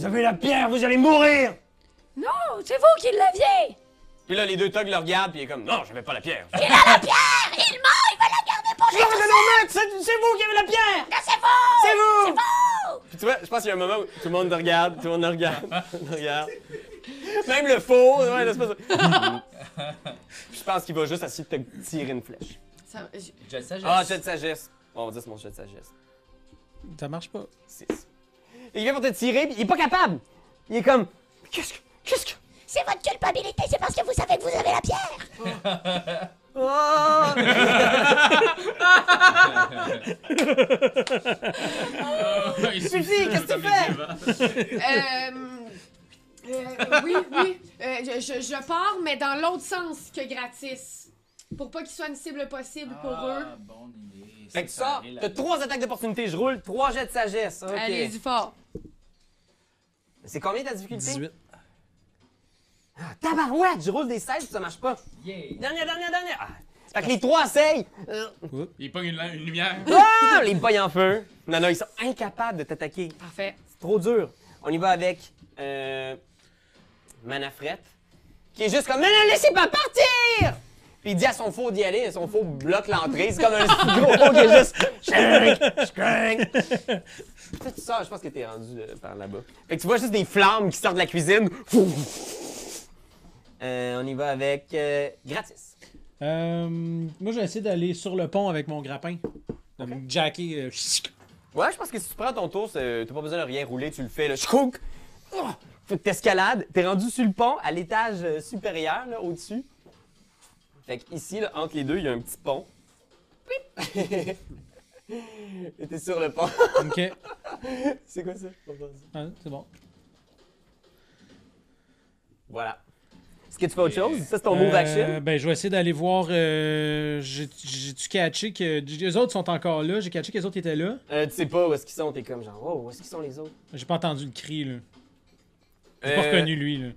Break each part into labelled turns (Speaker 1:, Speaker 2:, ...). Speaker 1: tapez la pierre, vous allez mourir
Speaker 2: Non, c'est vous qui l'aviez
Speaker 3: Puis là, les deux thugs le regardent, puis il est comme Non, je vais pas la pierre.
Speaker 2: Il a la pierre Il ment Il va la garder pour
Speaker 1: Je
Speaker 2: lui
Speaker 1: vais en mettre, c'est c'est vous qui avez la pierre
Speaker 2: Non, C'est
Speaker 1: C'est
Speaker 2: vous
Speaker 1: vous
Speaker 2: C'est vous
Speaker 3: Puis tu vois, je pense qu'il y a un moment où tout le monde le regarde, tout le monde le regarde, tout le monde le regarde. Même le faux, ouais, l'espèce de- Puis je pense qu'il va juste essayer de te tirer une flèche.
Speaker 4: Ça- j-
Speaker 5: Je le sais, je
Speaker 3: Ah, jet de sagesse. Bon, on va dire c'est mon jet de sagesse.
Speaker 6: Ça marche pas.
Speaker 3: 6. Il vient pour te tirer, puis il est pas capable. Il est comme Qu'est-ce que. Qu'est-ce que.
Speaker 2: C'est votre culpabilité, c'est parce que vous savez que vous avez la pierre
Speaker 3: Oh!
Speaker 5: Suffit,
Speaker 1: qu'est-ce que tu fais?
Speaker 4: euh, euh, oui, oui. Euh, je, je- je pars, mais dans l'autre sens que gratis. Pour pas qu'ils soient une cible possible pour eux.
Speaker 3: Ah,
Speaker 5: Bonne idée.
Speaker 3: Fait que ça, t'as trois attaques d'opportunité, je roule, trois jets de sagesse. Ok.
Speaker 4: Allez-y fort.
Speaker 3: C'est combien ta difficulté?
Speaker 6: 18.
Speaker 3: Ah, tabarouette, je roule des 16 puis ça marche pas.
Speaker 5: Yeah.
Speaker 3: Dernière, dernière, dernière. Ah. Fait que les trois essayent. Euh,
Speaker 7: Il pogne une, la- une lumière.
Speaker 3: Ah! Les boys en feu. Non, non, ils sont incapables de t'attaquer.
Speaker 4: Parfait.
Speaker 3: C'est trop dur. On y va avec euh, Manafrette, qui est juste comme « Non, non, laissez pas partir! » Puis il dit à son faux d'y aller, et son faux bloque l'entrée. C'est comme un petit gros faux qui est juste « Shrink! Shrink! » Fait que tu sors, je pense que t'es rendu euh, par là-bas. Fait que tu vois juste des flammes qui sortent de la cuisine. Euh, on y va avec euh, Gratis.
Speaker 6: Euh, moi, j'ai essayé d'aller sur le pont avec mon grappin. De me jacker. euh, chut.
Speaker 3: Ouais, je pense que si tu prends ton tour, c'est- t'as pas besoin de rien rouler, tu le fais, là, chkouk! Oh! Faut que t'escalades, t'es rendu sur le pont, à l'étage euh, supérieur, là, au-dessus. Fait que ici, là, entre les deux, il y a un petit pont. Pip! Et t'es sur le pont.
Speaker 6: ok.
Speaker 3: c'est quoi ça? J'ai pas entendu.
Speaker 6: Ah, c'est bon.
Speaker 3: Voilà. Est-ce que tu fais autre chose? Ça, c'est ton
Speaker 6: Euh,
Speaker 3: move action?
Speaker 6: Ben, je vais essayer d'aller voir. euh, j'ai- J'ai-tu catché que. Les autres sont encore là. J'ai catché que les autres étaient là.
Speaker 3: Euh, tu sais pas où est-ce qu'ils sont, t'es comme genre, oh, où est-ce qu'ils sont les autres?
Speaker 6: J'ai pas entendu le cri, là. J'ai
Speaker 3: Euh,
Speaker 6: pas reconnu lui, là.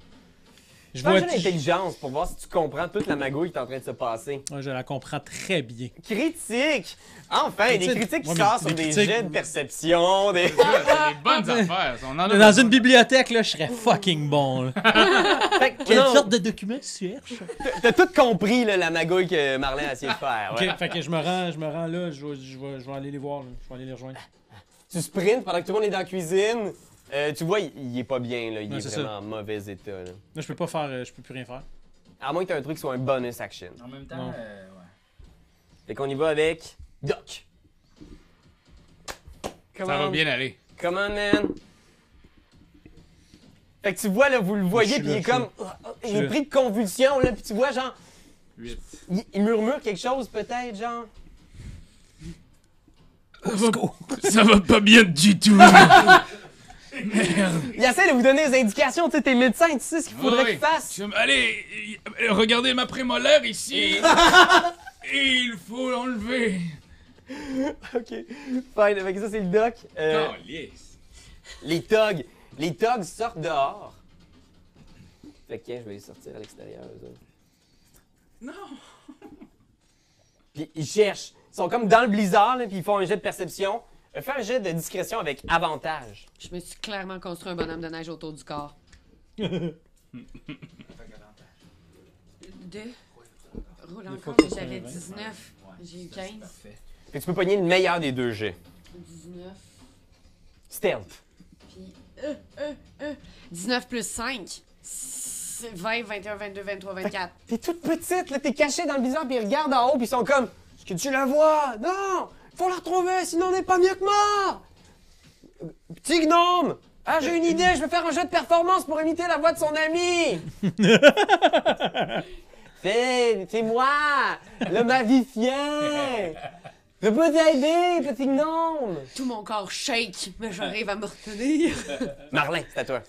Speaker 6: Je
Speaker 3: Fais
Speaker 6: vois.
Speaker 3: un jeu d'intelligence pour voir si tu comprends toute la magouille qui est en train de se passer.
Speaker 6: Ouais, je la comprends très bien.
Speaker 3: Critiques! Enfin, des
Speaker 6: Critiques.
Speaker 3: critiques qui
Speaker 6: Ouais, mais
Speaker 3: sortent sur
Speaker 6: des
Speaker 3: des
Speaker 6: critiques-
Speaker 3: jets de perception, des...
Speaker 7: C'est des bonnes affaires. ça. On en a
Speaker 6: Dans une bibliothèque, là, je serais fucking bon, là.
Speaker 3: Fait que,
Speaker 6: Quelle
Speaker 3: Oh, non,
Speaker 6: sorte de document tu cherches?
Speaker 3: T'as tout compris, là, la magouille que Marlin a essayé de faire. Ah ouais.
Speaker 6: Ok, fait que je me rends, je me rends là, je vais, je vais- je vais aller les voir, là. je vais aller les rejoindre.
Speaker 3: Tu sprints pendant que tout le monde est dans la cuisine. Euh, tu vois, il, il est pas bien, là. Il
Speaker 6: Ouais,
Speaker 3: est
Speaker 6: c'est
Speaker 3: vraiment
Speaker 6: ça.
Speaker 3: en mauvais état, là.
Speaker 6: Là, je peux pas faire, euh, je peux plus rien faire.
Speaker 3: À moins que t'aies un truc qui soit un bonus action.
Speaker 5: En même temps,
Speaker 6: Non.
Speaker 5: euh, ouais.
Speaker 3: Fait qu'on y va avec Doc. Come
Speaker 7: Ça va
Speaker 3: on.
Speaker 7: bien aller.
Speaker 3: Come on, man. Fait que tu vois, là, vous le voyez,
Speaker 6: suis
Speaker 3: puis il
Speaker 6: là,
Speaker 3: est
Speaker 6: je suis
Speaker 3: comme. oh, oh, il est
Speaker 6: là.
Speaker 3: pris de convulsions, là, puis tu vois, genre.
Speaker 7: 8.
Speaker 3: Il, il murmure quelque chose, peut-être, genre.
Speaker 7: Ça va pas bien du tout. Merde.
Speaker 3: Il essaie de vous donner des indications, tu sais, t'es médecin, tu sais ce qu'il faudrait
Speaker 7: Ouais.
Speaker 3: qu'il fasse.
Speaker 7: Je- Allez, euh, regardez ma prémolaire ici. Il faut l'enlever.
Speaker 3: Ok. Fine, fait que ça, c'est le doc.
Speaker 6: Ah
Speaker 3: Euh,
Speaker 7: Oh, yes.
Speaker 3: Les togs. Les togs sortent dehors. Fait que hein, je vais les sortir à l'extérieur, eux autres.
Speaker 7: Non.
Speaker 3: Puis ils cherchent. Ils sont comme dans le blizzard, là, puis ils font un jet de perception. Euh, Fais un jet de discrétion avec avantage.
Speaker 4: Je me suis clairement construit un bonhomme de neige autour du corps. Deux. Roule encore, mais j'avais 19. J'ai eu 15.
Speaker 5: Parfait.
Speaker 3: Fait que tu peux pogner le meilleur des deux jets.
Speaker 4: 19.
Speaker 3: Stealth.
Speaker 4: Puis. euh, euh, euh. 19 plus 5. 20, 21, 22, 23, 24.
Speaker 3: T'es toute petite, là, t'es cachée dans le blizzard, puis ils regardent en haut, puis ils sont comme Est-ce que tu la vois Non Faut la retrouver, sinon on n'est pas mieux que mort Euh, Petit gnome Ah, j'ai une idée, je vais faire un jeu de performance pour imiter la voix de son ami Fais, c'est moi Le magicien Je peux t'aider, petit gnome
Speaker 4: Tout mon corps shake, mais j'arrive à me retenir.
Speaker 3: Marlin, c'est à toi.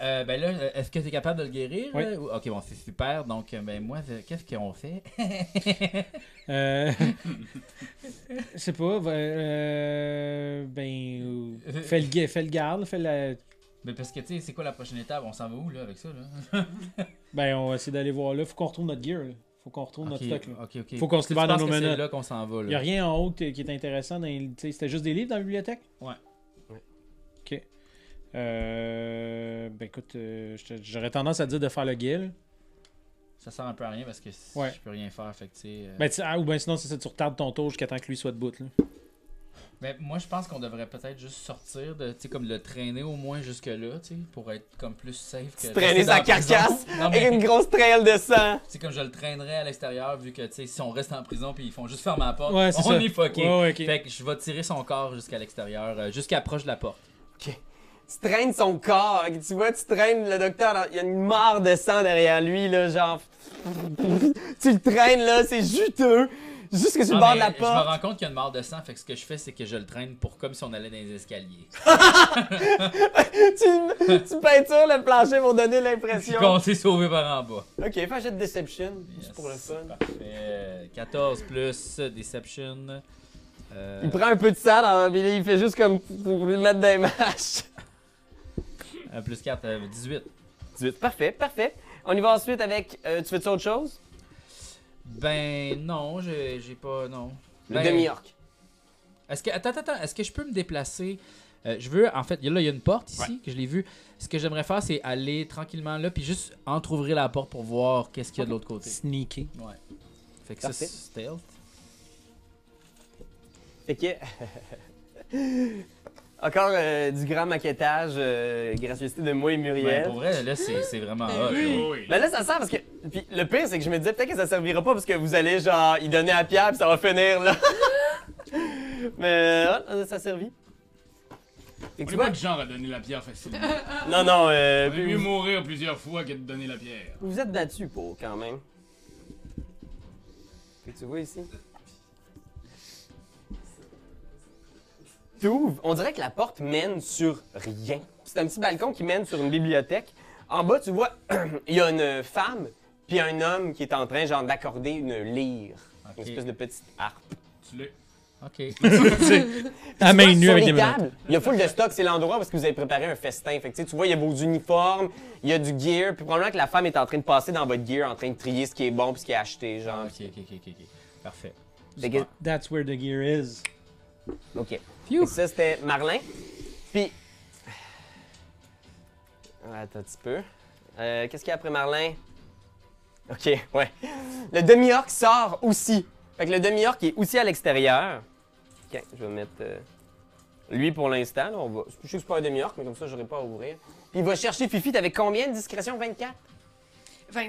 Speaker 5: Euh, ben là, euh, est-ce que t'es capable de le guérir?
Speaker 6: Oui.
Speaker 5: là, ou- Ok, bon, c'est super. Donc, euh, ben moi, euh, qu'est-ce qu'on fait?
Speaker 6: Euh. Je sais pas, va- euh. Ben. euh, Fais le, gu- fais le garde, fais la.
Speaker 5: ben parce que, tu sais, c'est quoi la prochaine étape? On s'en va où, là, avec ça, là?
Speaker 6: Ben, on va essayer d'aller voir là. Faut qu'on retrouve notre gear, là. Faut qu'on retrouve
Speaker 5: Ok,
Speaker 6: notre stock, là.
Speaker 5: ok, ok.
Speaker 6: Faut qu'on se
Speaker 5: Tu
Speaker 6: libère de
Speaker 5: penses
Speaker 6: nos
Speaker 5: que C'est
Speaker 6: menottes.
Speaker 5: là qu'on s'en va,
Speaker 6: Y a
Speaker 5: là.
Speaker 6: rien en haut qui qui est intéressant. dans les- tu sais, C'était juste des livres dans la bibliothèque?
Speaker 5: Ouais.
Speaker 6: Ok. Euh, ben écoute, euh, je te- j'aurais tendance à te dire de faire le guil.
Speaker 5: Euh. Ça sert un peu à rien parce que si-
Speaker 6: Ouais.
Speaker 5: je peux rien faire, fait que tu sais. euh,
Speaker 6: Ben, tu sais, ah, ou ben sinon, c'est ça, tu retardes ton tour jusqu'à temps que lui soit debout. Là.
Speaker 5: ben, moi, je pense qu'on devrait peut-être juste sortir de, tu sais, comme le traîner au moins jusque-là, tu sais, pour être comme plus safe que.
Speaker 3: Traîner sa
Speaker 5: rester dans la prison.
Speaker 3: carcasse
Speaker 5: Non,
Speaker 3: avec
Speaker 5: mais-
Speaker 3: une grosse traîne de sang.
Speaker 5: C'est comme je le traînerais à l'extérieur vu que tu sais si on reste en prison puis ils font juste fermer la porte,
Speaker 6: Ouais, c'est
Speaker 5: Oh, on
Speaker 6: ça.
Speaker 5: est fucké.
Speaker 6: Ouais, ouais, ok.
Speaker 5: Fait que je vais tirer son corps jusqu'à l'extérieur, euh, jusqu'à proche de la porte.
Speaker 3: Tu traînes son corps. Tu vois, tu traînes le docteur. dans- Il y a une mare de sang derrière lui, là, genre. tu le traînes, là, c'est juteux. Jusque sur
Speaker 5: Ah,
Speaker 3: le bord de
Speaker 5: mais
Speaker 3: la
Speaker 5: Je me
Speaker 3: porte.
Speaker 5: rends compte qu'il y a une mort de sang, fait que ce que je fais c'est que je le traîne pour comme si on allait dans les escaliers.
Speaker 3: tu, tu peintures le plancher pour donner
Speaker 5: Puis
Speaker 3: l'impression.
Speaker 5: qu'on s'est sauvé par en bas.
Speaker 3: Ok, fais un jet de Deception,
Speaker 5: Yes,
Speaker 3: juste pour le fun.
Speaker 5: Parfait. Euh, 14 plus euh, Deception. Euh,
Speaker 3: Il prend un peu de sang, dans, puis il fait juste comme pour lui mettre des mâches.
Speaker 5: euh, plus 4, 18.
Speaker 3: 18, parfait, parfait. On y va ensuite avec. euh, tu fais-tu autre chose?
Speaker 5: Ben non, j'ai j'ai pas. Non.
Speaker 3: Le
Speaker 5: Ben,
Speaker 3: demi-orc.
Speaker 5: Est-ce que attends, attends, attends, est-ce que je peux me déplacer Euh, Je veux, en fait, là il y a une porte ici que je l'ai vue. Ce que j'aimerais faire, c'est aller tranquillement là, puis juste entrouvrir la porte pour voir qu'est-ce qu'il y a de l'autre côté.
Speaker 6: Sneaky.
Speaker 5: Ouais. Fait que ça,
Speaker 3: Parfait.
Speaker 5: c'est stealth.
Speaker 3: Fait que. Encore euh, du grand maquettage, euh, gracieuseté de moi et
Speaker 5: Ben,
Speaker 3: Muriel.
Speaker 5: pour vrai, là c'est c'est vraiment
Speaker 6: Ben
Speaker 5: hot. là.
Speaker 7: Oui.
Speaker 3: Mais là, ça sert parce que. Puis le pire, c'est que je me disais peut-être que ça servira pas parce que vous allez, genre, y donner à Pierre puis ça va finir, là. Mais euh, ça a servi. Fait que tu
Speaker 7: On n'est
Speaker 3: vois,
Speaker 7: pas du genre à donner la pierre facilement.
Speaker 3: non, non, euh,
Speaker 7: On est
Speaker 3: vu-
Speaker 7: mieux mourir plusieurs fois que de donner la pierre.
Speaker 3: Vous vous êtes battu pour quand même. Fait que tu vois ici. T'ouvres. On dirait que la porte mène sur rien. C'est un petit balcon qui mène sur une bibliothèque. En bas, tu vois, il y a une femme puis un homme qui est en train genre d'accorder une lyre, une
Speaker 5: Ok.
Speaker 3: espèce de petite harpe.
Speaker 7: Tu l'es.
Speaker 5: Ok.
Speaker 6: À Ah, main
Speaker 3: Tu
Speaker 6: nue
Speaker 3: vois,
Speaker 6: avec des
Speaker 3: sur les
Speaker 6: menottes.
Speaker 3: tables, Il y a full de stock, c'est l'endroit parce que vous avez préparé un festin. Fait que, tu sais, tu vois, il y a vos uniformes, il y a du gear, puis probablement que la femme est en train de passer dans votre gear, en train de trier ce qui est bon puis ce qui est acheté, genre.
Speaker 5: Ah, ok, ok, ok, ok, ok. Parfait.
Speaker 3: Fait que-
Speaker 6: That's where the gear is.
Speaker 3: OK. Fait que Ça, c'était Marlin. Puis. Ouais, Attends un petit peu. Euh, Qu'est-ce qu'il y a après Marlin? OK, ouais. Le demi-orc sort aussi. Fait que le demi-orc est aussi à l'extérieur. OK, je vais mettre. euh, Lui pour l'instant, là, on va. Je sais que c'est pas un demi-orc, mais comme ça, j'aurai pas à ouvrir. Puis il va chercher Fifi. T'avais combien de discrétion? 24?
Speaker 4: 20...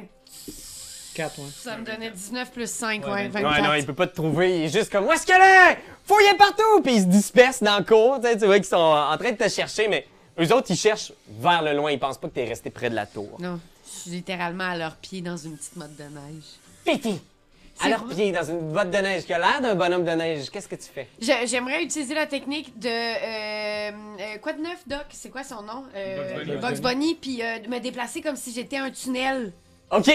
Speaker 6: 4, ouais.
Speaker 4: Ça me donnait 19 plus 5,
Speaker 5: Ouais,
Speaker 4: ouais,
Speaker 5: 24.
Speaker 4: 24.
Speaker 3: Ouais, non, il peut pas te trouver. Il est juste comme, où est-ce qu'elle est? Fouillez partout! Puis ils se dispersent dans le cours. Tu sais, tu vois qu'ils sont en train de te chercher, mais eux autres, ils cherchent vers le loin. Ils pensent pas que t'es resté près de la tour.
Speaker 4: Non, je suis littéralement à leurs pieds dans une petite motte de neige.
Speaker 3: Fifi!
Speaker 4: C'est
Speaker 3: Alors,
Speaker 4: vrai.
Speaker 3: pied dans une botte de neige qui a l'air d'un bonhomme de neige, qu'est-ce que tu fais?
Speaker 4: Je- J'aimerais utiliser la technique de. euh, euh, quoi de neuf, Doc C'est quoi son nom
Speaker 7: Bugs
Speaker 4: euh,
Speaker 7: Bunny.
Speaker 4: Bugs Bunny, puis euh, de me déplacer comme si j'étais un tunnel.
Speaker 3: OK!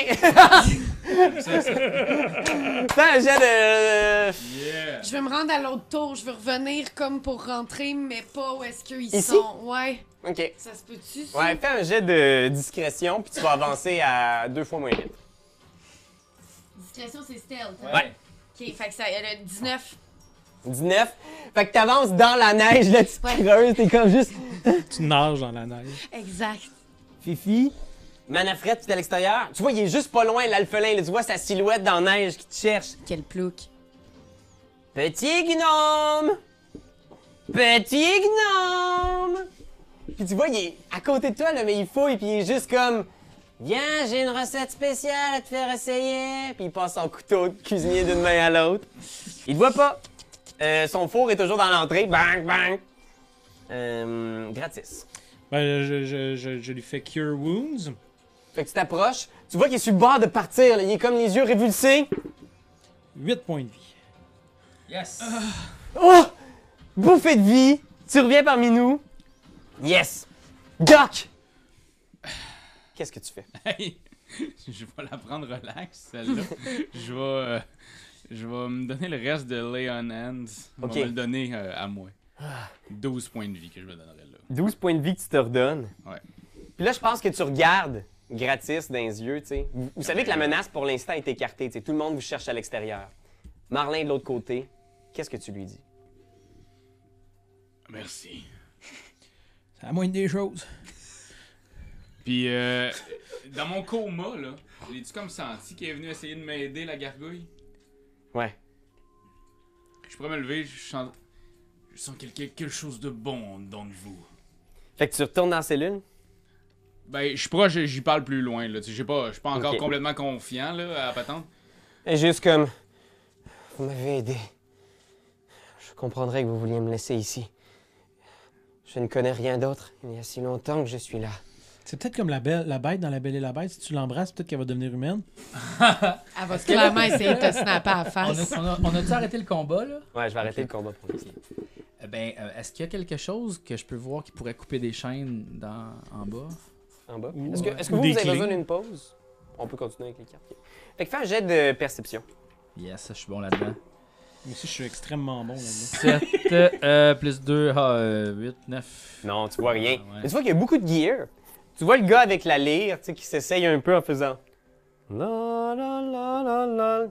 Speaker 3: Fais un jet de. euh,
Speaker 7: Yeah.
Speaker 4: Je veux me rendre à l'autre tour, je veux revenir comme pour rentrer, mais pas où est-ce qu'ils
Speaker 3: Ici?
Speaker 4: sont. Ouais,
Speaker 3: OK.
Speaker 4: ça se peut-tu ça?
Speaker 3: Ouais, fais un jet de discrétion, puis tu vas avancer à deux fois moins vite.
Speaker 4: Discrétion, c'est stealth. hein?
Speaker 3: Ouais.
Speaker 4: Ok, fait que ça. Elle a 19.
Speaker 3: 19. Fait que t'avances dans la neige, là, tu
Speaker 4: Ouais.
Speaker 3: creuses, t'es comme juste.
Speaker 6: Tu nages dans la neige.
Speaker 4: Exact.
Speaker 3: Fifi, Manafrette, tu es à l'extérieur. Tu vois, il est juste pas loin, l'alphelin. là. Tu vois sa silhouette dans la neige qui te cherche.
Speaker 4: Quel plouc.
Speaker 3: Petit gnome! Petit gnome! Puis tu vois, il est à côté de toi, là, mais il fouille, puis il est juste comme... Viens, j'ai une recette spéciale à te faire essayer! Puis il passe son couteau de cuisinier d'une main à l'autre. Il te voit pas. Euh, son four est toujours dans l'entrée. Bang, bang! Euh, gratis.
Speaker 6: Ben, je, je, je, je lui fais Cure Wounds.
Speaker 3: Fait que tu t'approches, tu vois qu'il est sur le bord de partir, là. il est comme les yeux révulsés.
Speaker 6: 8 points de vie.
Speaker 5: Yes.
Speaker 3: Oh! Bouffée de vie, tu reviens parmi nous. Yes! Doc! Qu'est-ce que tu fais?
Speaker 7: Hey, je vais la prendre relax, celle-là. je vais. euh, je vais me donner le reste de Lay on Hands. On
Speaker 3: Ok. Ah.
Speaker 7: va me le donner euh, à moi. 12 points de vie que je me donnerai là.
Speaker 3: 12 points de vie que tu te redonnes.
Speaker 7: Ouais.
Speaker 3: Puis là, je pense que tu regardes gratis dans les yeux, tu sais. Vous, vous savez que la menace pour l'instant est écartée, tu sais. Tout le monde vous cherche à l'extérieur. Marlin de l'autre côté, qu'est-ce que tu lui dis?
Speaker 7: Merci.
Speaker 6: Ça C'est la moindre des choses.
Speaker 7: Puis, euh, dans mon coma, là, j'ai-tu comme senti qu'il est venu essayer de m'aider, la gargouille?
Speaker 3: Ouais.
Speaker 7: Je pourrais me lever, je sens, je sens quelque, quelque chose de bon dans vous.
Speaker 3: Fait que tu retournes dans la cellule.
Speaker 7: Ben, je suis proche, j'y parle plus loin, là. Tu sais, j'ai pas- Je suis pas encore
Speaker 3: Ok.
Speaker 7: complètement confiant, là, à la patente.
Speaker 3: Et Eh, juste comme. Vous m'avez aidé. Je comprendrais que vous vouliez me laisser ici. Je ne connais rien d'autre. Il y a si longtemps que je suis là.
Speaker 6: C'est peut-être comme la, belle, la bête dans La Belle et la Bête. Si tu l'embrasses, peut-être qu'elle va devenir humaine.
Speaker 4: Elle va clairement essayer de te snapper à la
Speaker 5: On
Speaker 4: face.
Speaker 5: a- on a- on a-tu arrêté le combat, là?
Speaker 3: Ouais, je vais arrêter le combat pour l'instant.
Speaker 5: Eh Ben, euh, est-ce qu'il y a quelque chose que je peux voir qui pourrait couper des chaînes dans, en bas?
Speaker 3: En bas.
Speaker 6: Ou,
Speaker 3: Est-ce que,
Speaker 6: euh,
Speaker 3: est-ce que
Speaker 6: ou
Speaker 3: vous,
Speaker 6: des
Speaker 3: vous avez
Speaker 6: clés.
Speaker 3: besoin d'une pause? On peut continuer avec les cartes. Fait que fais un jet de perception.
Speaker 5: Yes, je suis bon là-dedans.
Speaker 6: Moi aussi, je suis extrêmement bon là-dedans.
Speaker 5: 7 euh, plus ah, euh, 2, 8, 9.
Speaker 3: Non, tu vois rien.
Speaker 5: Ah ouais.
Speaker 3: Mais tu vois qu'il y a beaucoup de gear. Tu vois le gars avec la lyre, tu sais, qui s'essaye un peu en faisant. La la la la la.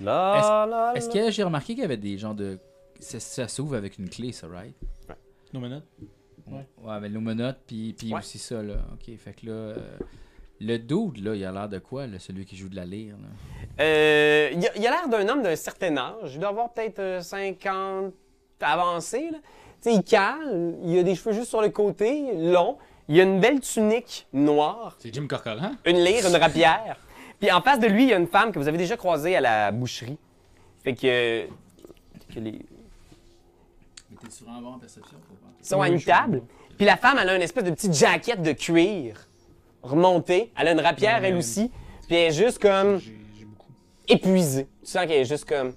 Speaker 3: La la la.
Speaker 5: Est-ce que j'ai remarqué qu'il y avait des gens de. Ça, ça s'ouvre avec une clé, ça, right?
Speaker 6: Nos menottes.
Speaker 5: Ouais. Ouais, mais nos menottes, puis puis
Speaker 3: Ouais.
Speaker 5: aussi ça, là. Ok, fait que là. euh, le dude, là, il a l'air de quoi, là, celui qui joue de la lyre, là?
Speaker 3: Euh, il a- il a l'air d'un homme d'un certain âge. Il doit avoir peut-être euh, 50 avancé. Là. Tu sais, il cale, il a des cheveux juste sur le côté, long. Il a une belle tunique noire,
Speaker 7: C'est Jim Corcoran?
Speaker 3: une lyre, une rapière. Puis en face de lui, il y a une femme que vous avez déjà croisée à la boucherie. Fait que, que les-
Speaker 7: Mais t'es sur un en perception, faut pas.
Speaker 3: ils sont à une table. Puis la femme, elle a une espèce de petite jaquette de cuir remontée. Elle a une rapière, elle aussi. Puis elle est juste comme
Speaker 7: J'ai beaucoup.
Speaker 3: épuisée. Tu sens qu'elle est juste comme.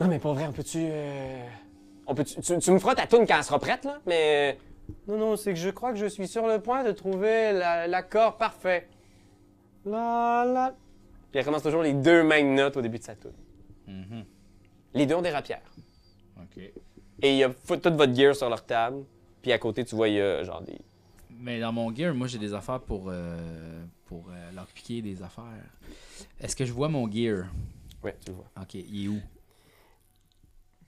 Speaker 3: Non, mais pour vrai, on peut-tu. euh, On peut tu, tu me feras ta toune quand elle sera prête, là, mais. euh, Non, non, c'est que je crois que je suis sur le point de trouver la- l'accord parfait. La la. Puis elle commence toujours les deux mêmes notes au début de sa toune.
Speaker 5: Mhm.
Speaker 3: Les deux ont des rapières.
Speaker 5: Ok.
Speaker 3: Et il y a fou- toute votre gear sur leur table. Puis à côté, tu vois, il y a genre des.
Speaker 5: Mais dans mon gear, moi, j'ai des affaires pour. euh, pour euh, leur piquer des affaires. Est-ce que je vois mon gear?
Speaker 3: Ouais, tu le vois.
Speaker 5: Ok, il est où?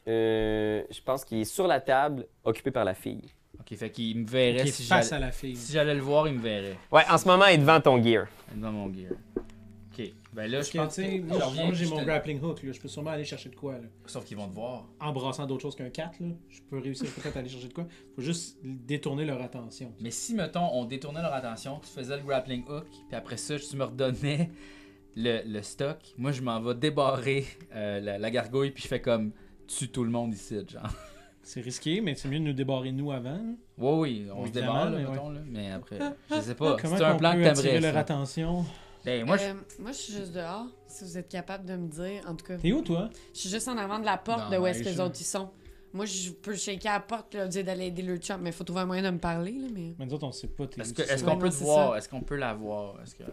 Speaker 3: Euh, je pense qu'il est sur la table, occupé par la fille.
Speaker 5: Ok, fait qu'il me verrait
Speaker 6: Qui est
Speaker 5: si
Speaker 6: face
Speaker 5: j'allais.
Speaker 6: à la fille.
Speaker 5: Si j'allais le voir, il me verrait.
Speaker 3: Ouais, en ce moment, il est devant ton gear.
Speaker 5: Dans mon gear. Ok. Ben là,
Speaker 6: Parce que,
Speaker 5: je
Speaker 6: tu
Speaker 5: pense
Speaker 6: sais,
Speaker 5: que.
Speaker 6: moi,
Speaker 5: je
Speaker 6: j'ai-
Speaker 5: reviens,
Speaker 6: moi, j'ai
Speaker 5: je
Speaker 6: mon
Speaker 5: te-
Speaker 6: grappling hook. Là. Je peux sûrement aller chercher de quoi. Là.
Speaker 5: Sauf qu'ils vont te voir.
Speaker 6: En brassant d'autres choses qu'un 4, là, je peux réussir peut-être à aller chercher de quoi. faut juste détourner leur attention.
Speaker 5: Mais si, mettons, on détournait leur attention, tu faisais le grappling hook, puis après ça, tu me redonnais le, le stock, moi, je m'en vais débarrer euh, la, la gargouille, puis je fais comme tue tout le monde ici, genre.
Speaker 6: C'est risqué, mais c'est mieux de nous débarrer nous avant. là.
Speaker 5: Oui, oui, on
Speaker 6: Oui,
Speaker 5: se débarre, là,
Speaker 6: évidemment, mais
Speaker 5: mettons, là, mais après, je sais pas.
Speaker 6: Comment
Speaker 5: Bah, C'est un
Speaker 6: qu'on
Speaker 5: plan
Speaker 6: peut
Speaker 5: que
Speaker 6: attirer
Speaker 5: t'aimerais.
Speaker 6: leur
Speaker 5: ça.
Speaker 6: attention?
Speaker 5: Ben, moi, je-
Speaker 4: Euh, moi, je suis juste dehors, si vous êtes capable de me dire. En tout cas,
Speaker 6: T'es où, toi?
Speaker 4: je suis juste en avant de la porte
Speaker 7: Dans
Speaker 4: de où
Speaker 7: la
Speaker 4: est-ce que
Speaker 7: neige,
Speaker 4: les
Speaker 7: là.
Speaker 4: autres y sont. Moi, je peux shaker à la porte, leur dire d'aller aider le chum, mais faut trouver un moyen de me parler, là, mais...
Speaker 6: Mais nous autres, on sait pas. t'es
Speaker 5: est-ce
Speaker 6: où,
Speaker 5: que-
Speaker 6: c'est
Speaker 5: est-ce
Speaker 6: ça.
Speaker 5: qu'on
Speaker 4: non,
Speaker 5: peut te
Speaker 4: c'est
Speaker 5: voir? Est-ce qu'on peut la voir? Est-ce que...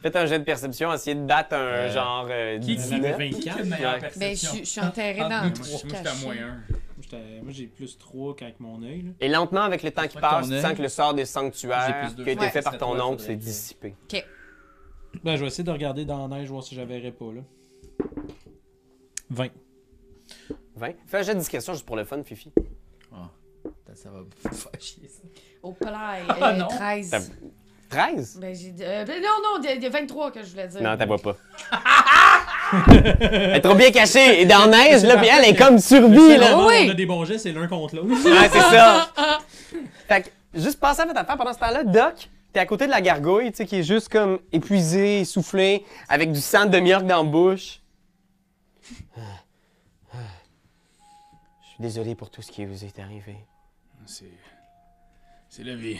Speaker 3: Faites un jet de perception, essayez de battre un
Speaker 5: Euh,
Speaker 3: genre euh,
Speaker 5: qui-
Speaker 6: Elle
Speaker 3: 19.
Speaker 6: avait 24. Moi,
Speaker 5: meilleure
Speaker 3: Ouais.
Speaker 4: Ben, je suis- je suis enterrée dans
Speaker 7: Ah, Moi,
Speaker 4: le
Speaker 7: je moi,
Speaker 4: trou
Speaker 7: j'étais à
Speaker 4: caché.
Speaker 7: moyen.
Speaker 6: j'étais- moi, j'ai plus 3 qu'avec mon œil. là.
Speaker 3: Et lentement, avec le temps qui
Speaker 5: crois que
Speaker 3: passe,
Speaker 5: ton
Speaker 3: tu
Speaker 5: œil-
Speaker 3: sens que le sort des sanctuaires
Speaker 5: J'ai
Speaker 3: qui
Speaker 5: plus deux.
Speaker 3: a été
Speaker 4: Ouais.
Speaker 3: fait par
Speaker 5: C'est
Speaker 3: ton
Speaker 5: toi,
Speaker 3: oncle
Speaker 5: faudrait
Speaker 3: s'est
Speaker 5: que-
Speaker 3: dissipé.
Speaker 6: Ben, je vais essayer de regarder dans la neige, voir si je la verrai pas. Là. 20.
Speaker 3: 20. Fais un jet de discrétion juste pour le fun, Fifi.
Speaker 5: Ah, peut-être ça va me faire chier, ça.
Speaker 4: Au play,
Speaker 5: Ah,
Speaker 4: euh,
Speaker 5: non.
Speaker 4: 13.
Speaker 3: Ça- 13?
Speaker 4: Ben, j'ai... euh, ben, non, non, il y a 23 que je voulais dire.
Speaker 3: Non, t'as vois pas. elle est trop bien cachée. Et dans la neige, là, puis elle est comme survie,
Speaker 6: C'est
Speaker 3: là.
Speaker 6: normal,
Speaker 4: oui.
Speaker 6: On a des bons gestes, c'est l'un contre l'autre.
Speaker 3: Ouais, c'est ça. fait que, juste passer à votre affaire. Pendant ce temps-là, Doc, t'es à côté de la gargouille, tu sais, qui est juste comme épuisée, essoufflée, avec du sang de demi-orque dans la bouche. Je suis désolé pour tout ce qui vous est arrivé.
Speaker 7: C'est. C'est la vie.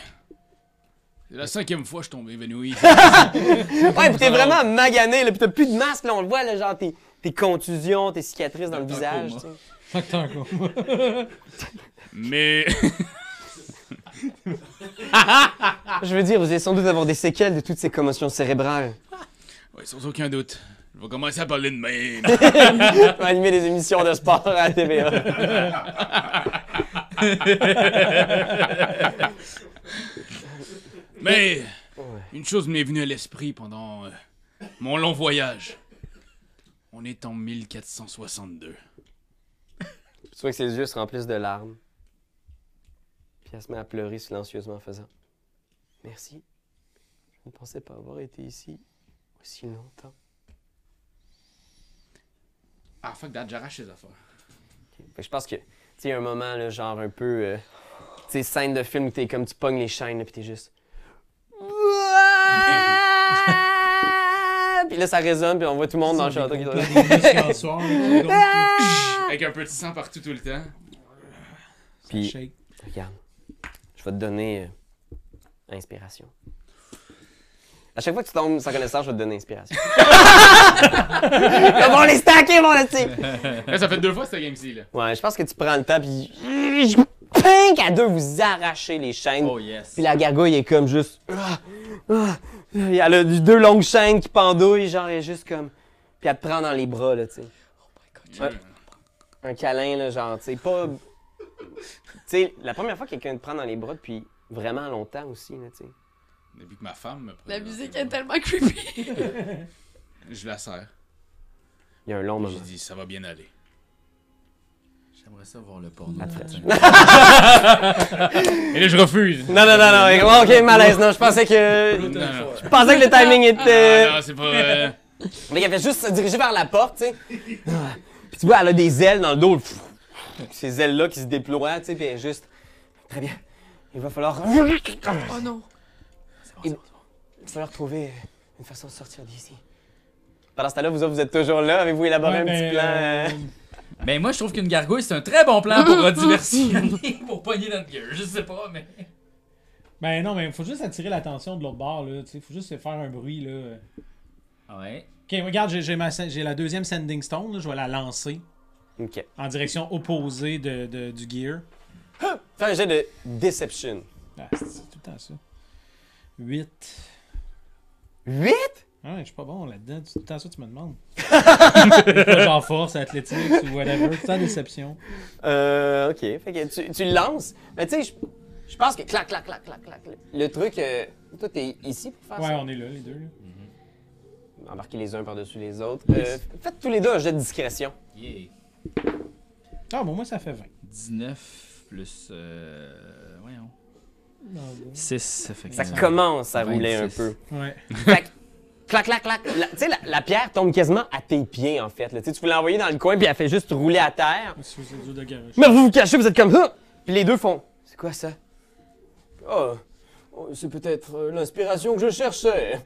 Speaker 7: C'est la cinquième fois que je tombe évanoui.
Speaker 3: Ouais, pis t'es vraiment magané, là, pis t'as plus de masque, là, on le voit, là, genre tes, tes contusions, tes cicatrices dans le
Speaker 7: Docteur
Speaker 3: visage.
Speaker 7: Coma.
Speaker 3: tu sais.
Speaker 6: Facteur, quoi.
Speaker 7: Mais.
Speaker 3: Je veux dire, vous allez sans doute avoir des séquelles de toutes ces commotions cérébrales.
Speaker 7: Ouais, sans aucun doute. Je vais commencer à parler de même.
Speaker 3: On va animer des émissions de sport à la TVA.
Speaker 7: Mais. Une chose m'est venue à l'esprit pendant euh, mon long voyage. On est en 1462.
Speaker 3: Tu vois que ses yeux se remplissent de larmes. Puis Puis elle se met à pleurer silencieusement en faisant Merci. Je ne pensais pas avoir été ici aussi longtemps.
Speaker 7: Ah, fuck that, j'arrache ses affaires.
Speaker 3: Fait que je pense que, tu sais, il y a un moment, là, genre un peu. euh, tu sais, scène de film où t'es comme tu pognes les chaînes, là, puis t'es juste. puis là, ça résonne, puis on voit tout le monde dans le château qui
Speaker 5: Le soir, là, donc,
Speaker 7: Avec un petit sang partout tout le temps.
Speaker 3: Puis,
Speaker 6: Shake.
Speaker 3: regarde, je vais te donner euh, inspiration. À chaque fois que tu tombes sans connaissance, je vais te donner inspiration. Ils vont les stacker, mon esti!
Speaker 7: Là, Eh, ça fait deux fois cette game-ci, là.
Speaker 3: Ouais, je pense que tu prends le temps, puis. Pink à deux, vous arrachez les chaînes.
Speaker 5: Oh yes.
Speaker 3: Puis la gargouille est comme juste. Ah! Ah! Elle a du- deux longues chaînes qui pendouillent, genre, elle est juste comme. Puis elle te prend dans les bras, là, tu sais. Ouais. Un câlin, là, genre, tu sais, pas. Tu sais, la première fois que quelqu'un te prend dans les bras depuis vraiment longtemps aussi, là, tu sais.
Speaker 7: Depuis que ma femme me prend.
Speaker 2: La
Speaker 7: euh,
Speaker 2: musique est tellement creepy.
Speaker 7: Je la serre.
Speaker 3: Il y a un long moment.
Speaker 7: J'ai dit, ça va bien aller.
Speaker 5: J'aimerais ça voir le porno.
Speaker 7: Et là, je refuse.
Speaker 3: Non, non, non, non, non, ok, malaise, non, je pensais que.
Speaker 7: Non, non.
Speaker 3: Je pensais que le timing était.
Speaker 7: Ah, non, c'est pas. euh,
Speaker 3: Mais elle fait juste se diriger vers la porte, tu sais. Puis tu vois, elle a des ailes dans le dos. Pff, Ces ailes-là qui se déploient, tu sais, puis elle est juste. Très bien. Il va falloir.
Speaker 4: Oh non.
Speaker 3: Il va falloir trouver une façon de sortir d'ici. Pendant ce temps-là, vous autres, vous êtes toujours là. Avez-vous élaboré
Speaker 6: Ouais,
Speaker 3: un
Speaker 6: ben,
Speaker 3: petit plan?
Speaker 6: euh,
Speaker 3: euh?
Speaker 5: Mais moi, je trouve qu'une gargouille, c'est un très bon plan pour euh, diversifier, pour pogner notre gueule. Je sais pas, mais.
Speaker 6: Ben non, mais faut juste attirer l'attention de l'autre bord, là. Tu sais, faut juste faire un bruit, là.
Speaker 5: Ouais.
Speaker 6: Ok, regarde, j'ai- j'ai ma scène- j'ai la deuxième Sending Stone, là, je vais la lancer
Speaker 3: Ok.
Speaker 6: en direction opposée de, de- du gear.
Speaker 3: Fais un jet de Deception.
Speaker 6: Ah, c'est tout le temps ça. 8.
Speaker 3: 8?
Speaker 6: Ah Ouais, je suis pas bon là-dedans, c'est tout le temps ça que tu me demandes. Des fois, Genre force, athlétique ou whatever, sans déception.
Speaker 3: Euh, ok. Fait que tu, tu le lances. Mais tu sais, je- je pense que clac, clac, clac, clac, clac. Le truc, euh, toi, t'es ici pour
Speaker 5: Ah,
Speaker 3: faire
Speaker 6: Ouais,
Speaker 3: ça?
Speaker 6: on est là, les deux. là.
Speaker 3: Embarquez les uns par-dessus les autres. Euh, faites tous les deux un jet de discrétion.
Speaker 5: Yeah.
Speaker 6: Ah, bon, moi, ça fait 20.
Speaker 5: 19 plus. Euh, voyons.
Speaker 6: Non,
Speaker 5: 6, ça fait
Speaker 3: Ça
Speaker 5: 15.
Speaker 3: commence à rouler un
Speaker 5: 26.
Speaker 3: peu.
Speaker 6: Ouais.
Speaker 3: Fait que, clac, clac, clac. La- Tu sais, la, la pierre tombe quasiment à tes pieds, en fait. là. Tu sais, tu voulais l'envoyer dans le coin, puis elle fait juste rouler à terre.
Speaker 6: C'est c'est dur de garoche.
Speaker 3: Mais vous vous cachez, vous êtes comme ça. Puis les deux font. C'est quoi ça? Oh, oh, c'est peut-être euh, l'inspiration que je cherchais.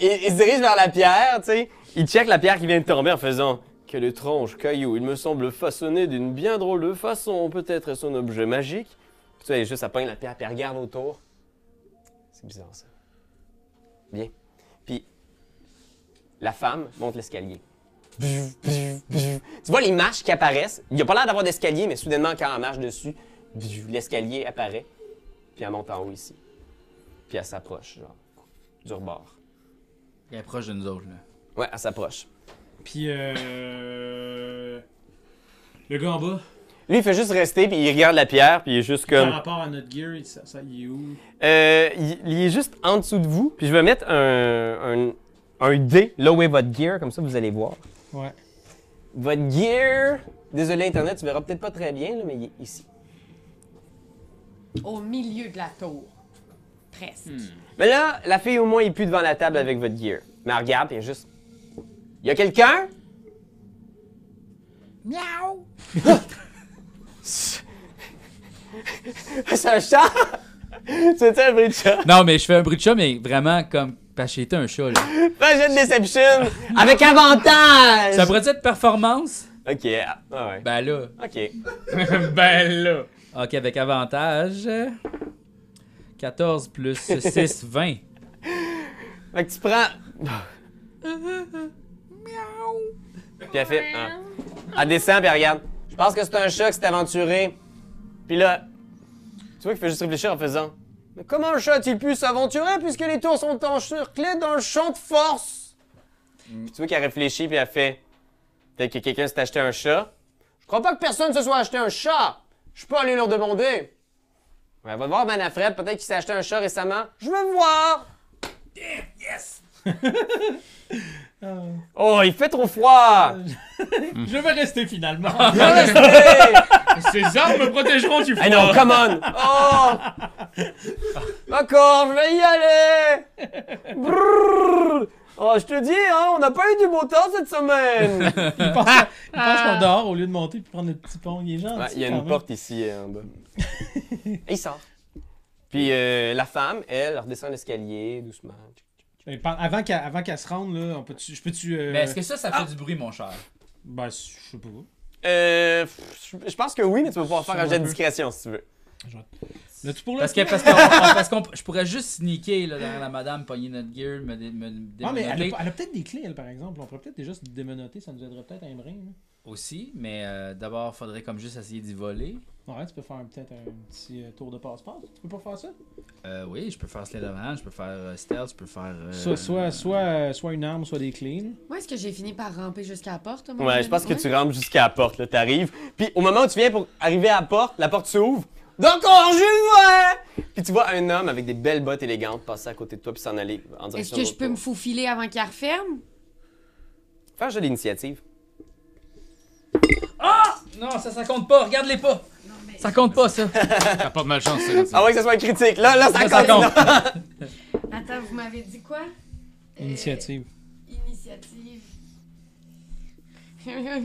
Speaker 3: Et- Ils se dirigent vers la pierre, tu sais. Ils checkent la pierre qui vient de tomber en faisant Quel étrange caillou. Il me semble façonné d'une bien drôle de façon. Peut-être est-ce un objet magique. Puis tu sais, juste à la pierre, puis elle regarde autour. C'est bizarre ça. Bien. Puis la femme monte l'escalier. Tu vois les marches qui apparaissent. Il n'y a pas l'air d'avoir d'escalier, mais soudainement, quand elle marche dessus, l'escalier apparaît. Puis elle monte en haut ici. Puis elle s'approche, genre, du rebord.
Speaker 5: Il est proche de nous autres, là.
Speaker 3: Ouais, elle s'approche.
Speaker 6: Puis, euh. Le gars en bas,
Speaker 3: Lui, il fait juste rester, puis il regarde la pierre, puis il est juste
Speaker 6: par
Speaker 3: comme.
Speaker 6: rapport à notre gear, il- ça, ça, il est où
Speaker 3: Euh, il, il est juste en dessous de vous, puis je vais mettre un, un, un dé là où est votre gear, comme ça vous allez voir.
Speaker 6: Ouais.
Speaker 3: Votre gear. Désolé, Internet, tu verras peut-être pas très bien, là, mais il est ici.
Speaker 4: Au milieu de la tour. Presque.
Speaker 7: Hmm.
Speaker 3: Mais là, la fille au moins est plus devant la table avec votre gear. Mais elle regarde, puis elle est juste. Y a quelqu'un?
Speaker 2: Miaou.
Speaker 3: C'est un chat! C'était un bruit de chat.
Speaker 5: Non, mais je fais un bruit de chat, mais vraiment comme. Parce que j'étais un chat, là.
Speaker 3: Fais un jet de Deception avec avantage!
Speaker 5: Ça pourrait être performance?
Speaker 3: Ok, ah ah ouais.
Speaker 5: Ben là.
Speaker 3: Ok.
Speaker 7: ben là.
Speaker 5: Ok, avec avantage. euh, 14 plus 6, 20.
Speaker 3: Fait que tu prends. Puis elle fait. ah. Elle descend, puis elle regarde. Je pense que c'est un chat qui s'est aventuré. Puis là, tu vois qu'il fait juste réfléchir en faisant. Mais comment le chat a-t-il pu s'aventurer puisque les tours sont encerclés dans le champ de force? Puis tu vois qu'elle réfléchit, puis elle fait. Peut-être que quelqu'un s'est acheté un chat. Je crois pas que personne se soit acheté un chat. Je peux aller leur demander. Ouais, va voir Manafred, peut-être qu'il s'est acheté un chat récemment. Je veux voir! Oh, il fait trop froid!
Speaker 6: Je vais rester finalement.
Speaker 3: Restez!
Speaker 7: Ces armes me protégeront du froid.
Speaker 3: Hey Eh, Ah non, come on! Oh! D'accord, je vais y aller! Brrr. Oh, je te dis, hein, on n'a pas eu du beau temps cette semaine!
Speaker 6: Il pense, il pense
Speaker 5: Ah.
Speaker 6: qu'on dort au lieu de monter puis prendre le petit pont. Il est gentil.
Speaker 3: Ouais, Ah, il y a
Speaker 6: quand
Speaker 3: une
Speaker 6: même.
Speaker 3: porte ici euh, en bas. Et il sort. Puis euh, la femme, elle, redescend l'escalier doucement.
Speaker 6: Mais par- Avant qu'elle avant qu'elle se rende, là, on peut je peux-tu. euh,
Speaker 5: Mais est-ce que ça, ça fait du bruit, mon cher?
Speaker 6: Ben, je sais pas.
Speaker 3: Euh, pff, je je pense que oui, mais tu vas pouvoir faire un
Speaker 6: Sûrement
Speaker 3: jet de
Speaker 6: peu.
Speaker 3: discrétion si tu veux.
Speaker 6: L'as-tu pour là?
Speaker 5: Parce que, parce que, parce qu'on- je pourrais juste sneaker là, derrière la madame, pogner notre gear, me, dé- me
Speaker 6: Ah, mais elle a,
Speaker 5: démenoter
Speaker 6: pas- elle a peut-être des clés, elle, par exemple. On pourrait peut-être déjà se démenoter, ça nous aiderait peut-être à un brin. hein. là.
Speaker 5: aussi. Mais euh, d'abord, faudrait comme juste essayer d'y voler.
Speaker 6: Ouais, tu peux faire un- peut-être un petit euh, tour de passe-passe. Tu peux pas faire ça?
Speaker 5: Euh, oui, je peux faire Slade of Hand, je peux faire euh, Stealth, je peux faire. euh,
Speaker 6: Soit, soit, soit, euh, soit une arme, soit des clés. là.
Speaker 4: Moi, est-ce que j'ai fini par ramper jusqu'à la porte? moi,
Speaker 3: Ouais, je pense que tu rentres jusqu'à la porte, là, t'arrives. Puis au moment où tu viens pour arriver à la porte, la porte s'ouvre. Donc on joue, ouais! Puis tu vois un homme avec des belles bottes élégantes passer à côté de toi puis s'en aller en
Speaker 4: Est-ce
Speaker 3: direction
Speaker 4: que
Speaker 3: de
Speaker 4: je peux me
Speaker 3: l'autre
Speaker 4: faufiler avant qu'il referme?
Speaker 3: porte. Faire un jeu d'initiative.
Speaker 5: Non, ça, ça compte pas, regarde-les pas! Ça compte pas, ça!
Speaker 7: Ça porte malchance, ça.
Speaker 3: Ah ouais, que ce soit un critique. Là, là, ça,
Speaker 5: Ça, ça
Speaker 3: compte.
Speaker 5: compte!
Speaker 4: Attends, vous m'avez dit quoi? Euh,
Speaker 6: Initiative.
Speaker 4: Initiative.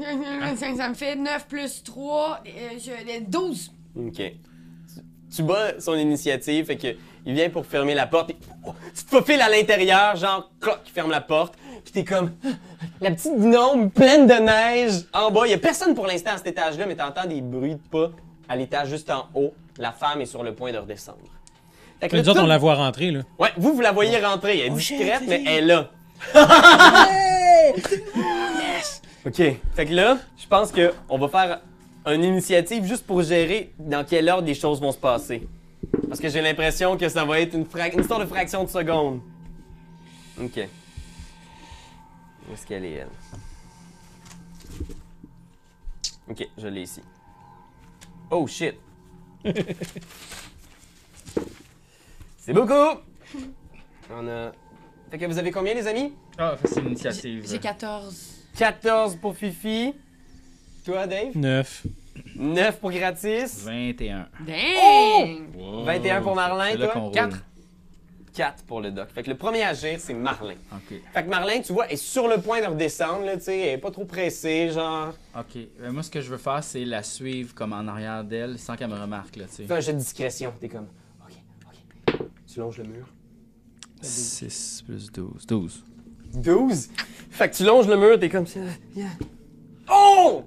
Speaker 4: Ça me fait 9 plus euh, 3, 12.
Speaker 3: OK. Tu bats son initiative, fait que il vient pour fermer la porte. puis oh, tu te faufiles à l'intérieur, genre, cloc, il ferme la porte. Puis t'es comme, la petite gnome pleine de neige en bas. Il y a personne pour l'instant à cet étage-là, mais t'entends des bruits de pas à l'étage juste en haut. La femme est sur le point de redescendre. Fait que
Speaker 6: Nous
Speaker 3: là,
Speaker 6: autres,
Speaker 3: tout-
Speaker 6: on la voit rentrer, là.
Speaker 3: Ouais, vous, vous la voyez rentrer. Elle est discrète, mais elle est là. OK. Fait que là, je pense qu'on va faire une initiative juste pour gérer dans quelle heure des choses vont se passer. Parce que j'ai l'impression que ça va être une, fra- une histoire de fraction de seconde. OK. Où est-ce qu'elle est, elle? OK, je l'ai ici. Oh, shit. C'est beaucoup! On a... Fait que vous avez combien, les amis?
Speaker 5: Ah, c'est une initiative.
Speaker 4: J'ai 14.
Speaker 3: 14 pour Fifi. Toi, Dave?
Speaker 6: 9.
Speaker 3: 9 pour
Speaker 5: euh,
Speaker 3: Gratis.
Speaker 5: 21.
Speaker 4: Dang! Oh!
Speaker 7: Wow.
Speaker 3: 21 pour Marlin,
Speaker 5: C'est là
Speaker 3: toi?
Speaker 5: qu'on roule.
Speaker 3: 4. 4 pour le doc. Fait que le premier à agir, c'est Marlin.
Speaker 5: Ok.
Speaker 3: Fait que Marlin, tu vois, est sur le point de redescendre, là, tu sais, elle est pas trop pressée, genre...
Speaker 5: Ok. Euh, moi, ce que je veux faire, c'est la suivre comme en arrière d'elle sans qu'elle me remarque, là, tu
Speaker 3: Fais
Speaker 5: sais.
Speaker 3: un jet de discrétion, t'es comme... OK, OK. Tu longes le mur.
Speaker 5: 6 plus 12. 12.
Speaker 3: 12. Fait que tu longes le mur, t'es comme ça. Yeah. Oh!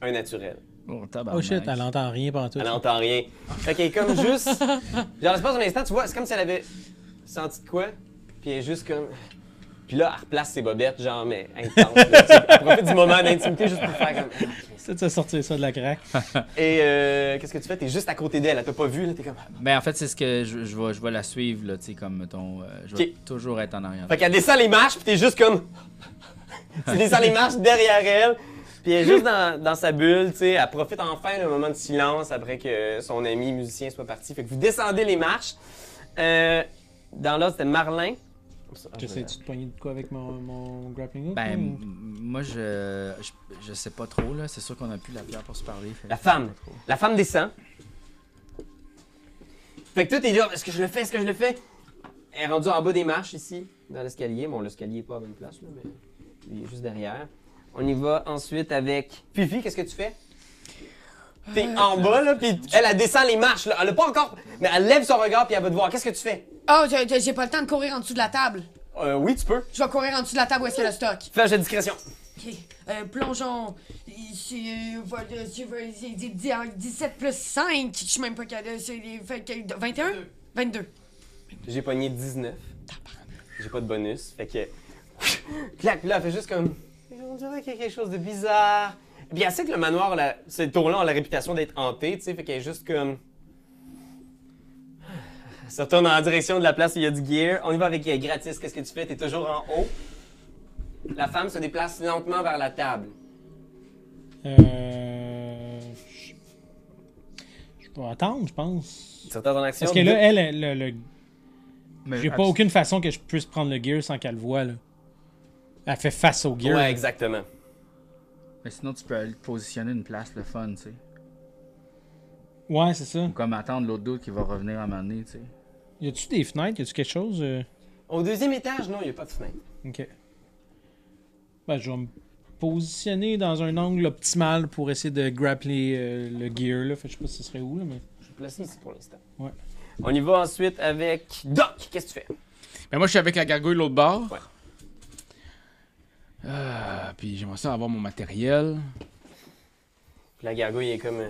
Speaker 3: Un naturel.
Speaker 5: Oh,
Speaker 6: Oh shit, elle entend rien pendant tout.
Speaker 3: Elle entend Ah rien. Fait qu'elle est comme juste. Genre, l'espace d'un instant, tu vois, c'est comme si elle avait senti de quoi, puis elle est juste comme. Puis là, elle replace ses bobettes, genre, mais intense. là, tu sais. elle profite du moment d'intimité juste pour faire comme.
Speaker 6: Ça, tu as sorti ça de la craque.
Speaker 3: Et euh, qu'est-ce que tu fais? T'es juste à côté d'elle, elle t'a pas vu, là, t'es comme.
Speaker 5: Mais Ben, en fait, c'est ce que je, je vais, je vais la suivre, là, tu sais, comme, mettons, euh, je vais
Speaker 3: Ok.
Speaker 5: toujours être en arrière.
Speaker 3: Fait qu'elle descend les marches, puis t'es juste comme. tu descends les marches derrière elle, puis elle est juste dans, dans sa bulle, tu sais. Elle profite enfin d'un moment de silence après que son ami musicien soit parti. Fait que vous descendez les marches. Euh, dans l'autre, c'était Marlin.
Speaker 6: J'essaie-tu de poigner de quoi avec mon, mon grappling hook?
Speaker 5: Ben, m-
Speaker 6: ou-
Speaker 5: moi, je, je, je sais pas trop, là. C'est sûr qu'on a plus la pierre pour se parler. fait que
Speaker 3: La
Speaker 5: je sais
Speaker 3: femme.
Speaker 5: pas trop.
Speaker 3: La femme descend. Fait que toi, t'es là, est-ce que je le fais, est-ce que je le fais? Elle est rendue en bas des marches ici, dans l'escalier. Bon, l'escalier est pas à la bonne place, là, mais il est juste derrière. On y va ensuite avec Fifi, qu'est-ce que tu fais? T'es en bas, là, puis elle, elle descend les marches, là. Elle a pas encore, mais elle lève son regard, puis elle va te voir. Qu'est-ce que tu fais?
Speaker 4: Oh, j'ai- j'ai- j'ai pas le temps de courir en dessous de la table.
Speaker 3: Euh, oui, tu peux.
Speaker 4: Je vais courir en dessous de la table où est-ce qu'il y a le stock.
Speaker 3: Fais un jet de discrétion.
Speaker 4: Ok. Euh, plongeons. Ici, euh, voilà, je veux- j'ai dit- dit- en 17 plus 5. Je suis même pas capable. c'est les vingt- quel- 21? 22.
Speaker 3: J'ai pogné 19. J'ai pas de bonus. Fait que. Clac, puis là, elle fait juste comme. On dirait qu'il y a quelque chose de bizarre. Et Puis elle sait que le manoir, là, ce tour-là, a la réputation d'être hanté, tu sais. Fait qu'elle est juste comme. Elle se retourne en direction de la place où il y a du gear. On y va avec euh, gratis. Qu'est-ce que tu fais? T'es toujours en haut. La femme se déplace lentement vers la table.
Speaker 6: Euh, je- Je peux attendre, je pense.
Speaker 3: Tu retournes en action.
Speaker 6: Parce que là, elle, elle, le- le-
Speaker 5: Mais
Speaker 6: j'ai pas
Speaker 5: abs-
Speaker 6: aucune façon que je puisse prendre le gear sans qu'elle le voie, là. Elle fait face au gear.
Speaker 3: Ouais, exactement.
Speaker 5: Mais sinon, tu peux aller te positionner une place, le fun, tu sais.
Speaker 6: Ouais, c'est ça.
Speaker 5: Ou comme attendre l'autre dude qui va revenir à un moment donné, tu sais.
Speaker 6: Y a-tu des fenêtres? Y a-tu quelque chose? euh?
Speaker 3: Au deuxième étage, non, il n'y a pas de fenêtre.
Speaker 6: Ok. Ben, je vais me positionner dans un angle optimal pour essayer de grappler euh, le gear, là. Fait que je sais pas si ce serait où, là, mais...
Speaker 3: Je vais placer ici pour l'instant.
Speaker 6: Ouais.
Speaker 3: On y va ensuite avec Doc. Qu'est-ce que tu fais?
Speaker 7: Mais moi, je suis avec la gargouille de l'autre bord.
Speaker 3: Ouais.
Speaker 7: Ah, puis j'aimerais ça avoir mon matériel.
Speaker 3: Puis La gargouille est comme. euh,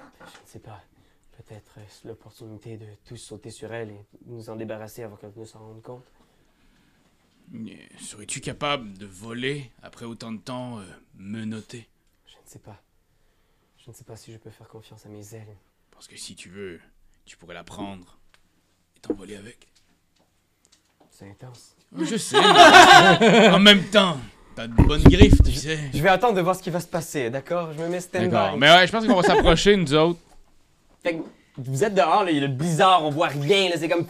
Speaker 3: Je ne sais pas. Peut-être est-ce l'opportunité de tous sauter sur elle et nous en débarrasser avant qu'elle ne s'en rende compte.
Speaker 7: Euh, Serais-tu capable de voler après autant de temps euh, menotté?
Speaker 3: Je ne sais pas. Je ne sais pas si je peux faire confiance à mes ailes.
Speaker 7: Parce que si tu veux, tu pourrais la prendre et t'envoler avec.
Speaker 3: C'est intense.
Speaker 7: Je sais. mais en même temps, t'as de bonnes griffes, tu sais.
Speaker 3: Je vais attendre de voir ce qui va se passer, d'accord? Je me mets
Speaker 7: D'accord.
Speaker 3: stand-by.
Speaker 7: Mais ouais, je pense qu'on va s'approcher, nous autres.
Speaker 3: Fait que vous êtes dehors, là, il y a le blizzard, on voit rien, là, c'est comme.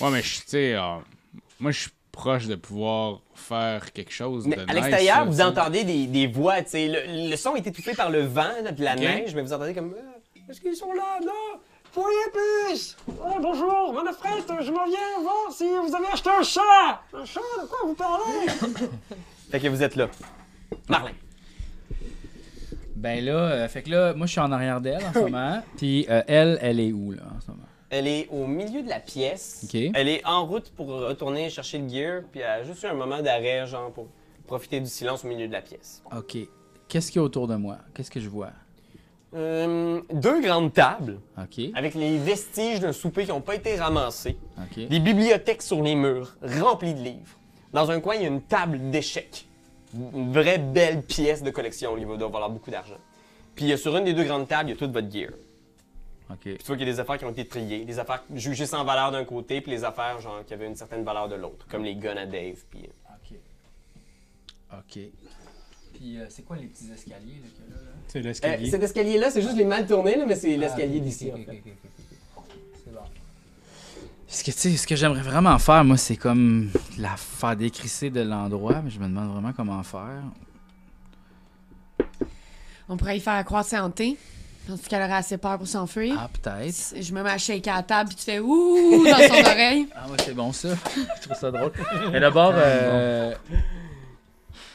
Speaker 7: Ouais, mais je- tu sais, euh, moi, je suis proche de pouvoir faire quelque chose
Speaker 3: Mais
Speaker 7: de
Speaker 3: à
Speaker 7: nice,
Speaker 3: l'extérieur,
Speaker 7: là,
Speaker 3: vous
Speaker 7: tu sais.
Speaker 3: entendez des, des voix, tu sais. Le, le son est étouffé par le vent, là, puis la
Speaker 7: Ok.
Speaker 3: neige, mais vous entendez comme. Euh, Est-ce qu'ils sont là? Non! Pourriez plus!
Speaker 1: Oh, bonjour, mon frette, je m'en viens voir si vous avez acheté un chat Un chat De quoi vous parlez
Speaker 3: Fait que vous êtes là. Marlin.
Speaker 7: Ah.
Speaker 5: Ben là, euh, fait que là, moi, je suis en arrière d'elle en ce moment. Puis euh, elle, elle est où, là, en ce moment?
Speaker 3: Elle est au milieu de la pièce.
Speaker 5: Ok.
Speaker 3: Elle est en route pour retourner chercher le gear, puis elle a juste eu un moment d'arrêt, genre, pour profiter du silence au milieu de la pièce.
Speaker 5: Ok. Qu'est-ce qu'il y a autour de moi? Qu'est-ce que je vois?
Speaker 3: Euh, deux grandes tables,
Speaker 5: Ok.
Speaker 3: avec les vestiges d'un souper qui n'ont pas été ramassés.
Speaker 5: Ok.
Speaker 3: Des bibliothèques sur les murs, remplies de livres. Dans un coin, il y a une table d'échecs. Une vraie belle pièce de collection. Il va devoir valoir beaucoup d'argent. Puis euh, sur une des deux grandes tables, il y a tout votre gear.
Speaker 5: Ok.
Speaker 3: Puis tu vois qu'il y a des affaires qui ont été triées, des affaires jugées sans valeur d'un côté, puis les affaires genre qui avaient une certaine valeur de l'autre, comme les guns à Dave. Puis euh,
Speaker 5: Ok. Ok. Puis euh, c'est quoi les petits escaliers, là, qu'il y a là? là?
Speaker 6: C'est
Speaker 3: Euh,
Speaker 6: l'escalier.
Speaker 3: cet escalier-là, c'est juste les mal tournés, là, mais c'est l'escalier
Speaker 5: Ah,
Speaker 3: d'ici.
Speaker 5: ok,
Speaker 3: en
Speaker 5: ok,
Speaker 3: fait.
Speaker 5: ok, ok, ok. C'est bon. Parce que, tu sais, ce que j'aimerais vraiment faire, moi, c'est comme la faire décrisser de l'endroit, mais je me demande vraiment comment faire.
Speaker 4: On pourrait y faire croire que c'est hanté. Parce qu'elle aurait assez peur pour s'enfuir.
Speaker 5: Ah, peut-être.
Speaker 4: Je me mets à shaker à la table puis tu fais ouh dans son oreille.
Speaker 5: Ah ouais, c'est bon ça. je trouve ça drôle. Mais d'abord, euh,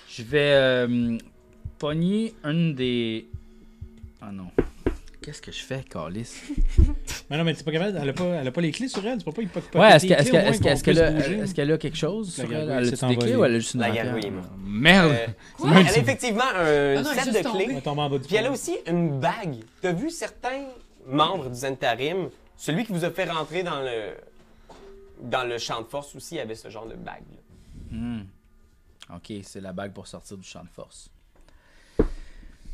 Speaker 5: je vais euh, pogner une des. Ah non. Qu'est-ce que je fais, Calis?
Speaker 6: Mais non, mais t'es pas capable, elle a pas, elle a pas les clés sur elle, tu peux pas y poc-
Speaker 5: Ouais, est-ce
Speaker 6: poqueter les
Speaker 5: que- est-ce que-
Speaker 6: clés, au moins,
Speaker 5: est-ce que-
Speaker 6: qu'on
Speaker 5: est-ce qu'elle
Speaker 6: puisse
Speaker 5: a-
Speaker 6: bouger.
Speaker 5: est-ce qu'elle a quelque chose?
Speaker 6: La
Speaker 5: sur elle?
Speaker 6: gargouille
Speaker 5: Elle
Speaker 6: s'est
Speaker 5: a-tu des clés
Speaker 6: envolée.
Speaker 5: ou elle a juste une
Speaker 3: La
Speaker 5: rapière?
Speaker 3: gargouille est morte.
Speaker 7: Merde!
Speaker 3: Euh,
Speaker 4: Quoi?
Speaker 3: elle a effectivement un
Speaker 4: Ah non, elle est
Speaker 3: set
Speaker 4: juste
Speaker 3: de
Speaker 4: tombée.
Speaker 3: clés.
Speaker 6: Elle tombe en bas du
Speaker 3: Puis elle a
Speaker 6: pont.
Speaker 3: aussi une bague. T'as vu certains membres du Zentarim, celui qui vous a fait rentrer dans le dans le champ de force aussi avait ce genre de bague. là.
Speaker 5: Hmm. Ok, c'est la bague pour sortir du champ de force.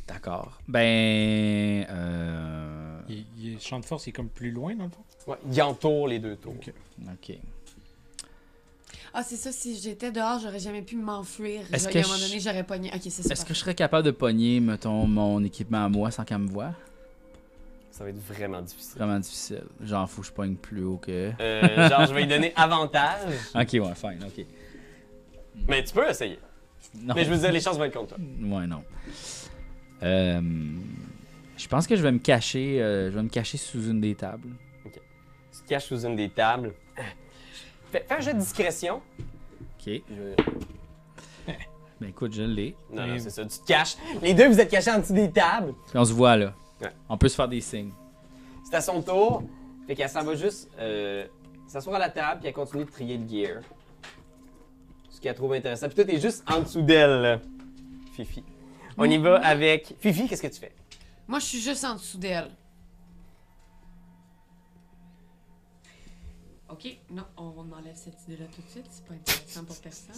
Speaker 5: D'accord. Ben. euh,
Speaker 6: Il, il- le champ de force il est comme plus loin, dans le fond.
Speaker 3: Ouais, il entoure les deux tours.
Speaker 6: Ok.
Speaker 5: Ok.
Speaker 4: Ah, c'est ça, si j'étais dehors, j'aurais jamais pu m'enfuir.
Speaker 5: Est-ce
Speaker 4: Genre,
Speaker 5: que
Speaker 4: à un moment
Speaker 5: je-
Speaker 4: donné, j'aurais pogné. Ok, c'est ça.
Speaker 5: Est-ce que je serais capable de pogner, mettons, mon équipement à moi sans qu'elle me voie?
Speaker 3: Ça va être vraiment difficile.
Speaker 5: Vraiment difficile. Genre, faut que je pogne plus haut que.
Speaker 3: Euh, genre, je vais lui donner avantage,
Speaker 5: Ok, ouais, fine, ok.
Speaker 3: mais tu peux essayer.
Speaker 5: Non.
Speaker 3: Mais je veux dire, les chances vont être contre toi.
Speaker 5: Ouais, non. Euh, je pense que je vais me cacher. euh, je vais me cacher sous une des tables.
Speaker 3: Tu te caches sous une des tables. Fais, fais un jeu de discrétion.
Speaker 5: Ok.
Speaker 3: Je veux-
Speaker 5: Ben écoute, je l'ai.
Speaker 3: Non,
Speaker 6: Et-
Speaker 3: non, c'est ça, tu te caches. Les deux, vous êtes cachés en dessous des tables.
Speaker 5: Puis on se voit là.
Speaker 3: Ouais.
Speaker 5: On peut se faire des signes.
Speaker 3: C'est à son tour. Fait qu'elle s'en va juste euh, s'asseoir à la table, puis elle continue de trier le gear. Ce qu'elle trouve intéressant. Puis toi, t'es juste en dessous d'elle, là. Fifi. On y va avec. Fifi, qu'est-ce que tu fais?
Speaker 4: Moi, je suis juste en dessous d'elle. Ok, non, on, on enlève cette idée-là tout de suite. C'est pas intéressant pour personne.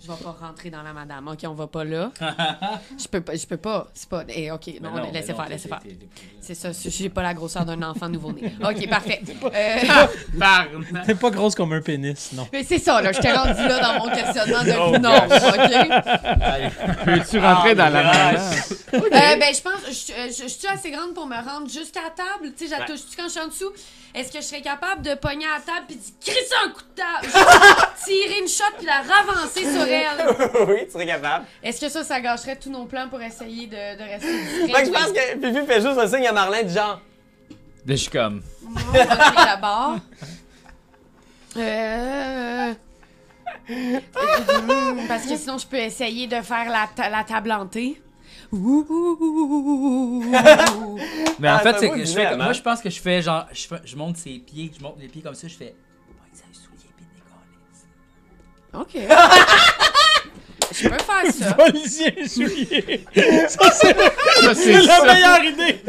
Speaker 4: Je vais pas rentrer dans la madame. Ok, on va pas là. Je peux pas, je peux pas. C'est pas. eh, ok, non, laissez faire, laissez faire. C'est ça, j'ai pas la grosseur d'un enfant nouveau-né. Ok, parfait. Euh,
Speaker 7: Barnac.
Speaker 6: T'es pas grosse comme un pénis, non.
Speaker 4: mais c'est ça, là, je t'ai rendu là dans mon questionnement
Speaker 3: Oh,
Speaker 4: de non, ok?
Speaker 7: Peux-tu rentrer
Speaker 4: Ah,
Speaker 7: dans la
Speaker 3: vache.
Speaker 7: maison?
Speaker 4: Euh, ben, je pense, je, euh, je, je suis assez grande pour me rendre jusqu'à table. Tu sais,
Speaker 3: Ouais.
Speaker 4: j'attouche quand je suis en dessous. Est-ce que je serais capable de pogner à la table puis de crisser un coup de table, Juste tirer une shot puis la ravancer sur corporelle.
Speaker 3: oui, tu serais capable.
Speaker 4: Est-ce que ça, ça gâcherait tous nos plans pour essayer de, de rester discret?
Speaker 3: Fait que je pense que Pipi fait juste un signe à Marlin du genre.
Speaker 5: Là, je suis comme.
Speaker 4: Moi, on va tirer la barre. Euh... Hmm, Parce que sinon, je peux essayer de faire la, ta- la table hantée. Ouh.
Speaker 5: Mais en
Speaker 3: Ah,
Speaker 5: fait,
Speaker 3: ça
Speaker 5: c'est
Speaker 3: vaut
Speaker 5: que
Speaker 3: le
Speaker 5: je fais
Speaker 3: dilemme,
Speaker 5: comme-
Speaker 3: hein.
Speaker 5: moi, je pense que je fais genre, je, fais- je monte ses pieds, je monte les pieds comme ça, je fais. Ouais, ça, les souliers, puis des câlisses.
Speaker 4: OK. Je peux faire ça.
Speaker 6: Policier souillé. Ça, c'est
Speaker 7: Ça, c'est
Speaker 6: la
Speaker 7: ça.
Speaker 6: meilleure idée.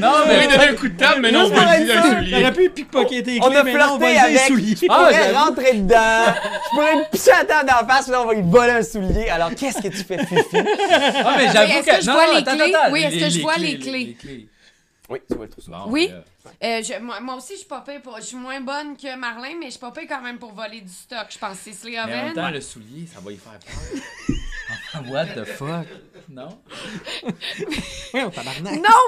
Speaker 5: Non,
Speaker 7: Il
Speaker 5: mais.
Speaker 7: donné un coup de table, mais non,
Speaker 3: Juste
Speaker 7: c'est pas
Speaker 3: pour
Speaker 7: le
Speaker 3: être sûr.
Speaker 6: Il aurait
Speaker 7: soulier.
Speaker 6: pu pickpocketer les
Speaker 3: On
Speaker 6: clés,
Speaker 3: a
Speaker 6: mais non, on va le
Speaker 3: flirté
Speaker 6: dire,
Speaker 3: avec.
Speaker 6: soulier.
Speaker 3: Je
Speaker 5: Ah,
Speaker 3: pourrais
Speaker 5: j'avoue.
Speaker 3: rentrer dedans. Je pourrais me pisser à terre d'en face, puis là, on va lui voler un soulier. Alors, qu'est-ce que tu fais, Fifi?
Speaker 5: Ah, mais
Speaker 4: Mais
Speaker 5: j'avoue
Speaker 4: est-ce que je
Speaker 5: non,
Speaker 4: vois
Speaker 5: non,
Speaker 4: les
Speaker 5: attends,
Speaker 4: clés?
Speaker 5: attends,
Speaker 4: Oui, est-ce que je vois les clés?
Speaker 3: Oui, tu vois le trousseau.
Speaker 5: Bon,
Speaker 4: Oui.
Speaker 5: là.
Speaker 4: Euh, je- moi, moi aussi, je suis pas pire pour. Je suis moins bonne que Marlin, mais je suis pas pire quand même pour voler du stock. Je pense que c'est Slay
Speaker 5: Mais en même
Speaker 4: Oven.
Speaker 5: temps, le soulier, ça va y faire peur. Enfin, What the fuck? Non?
Speaker 4: Non,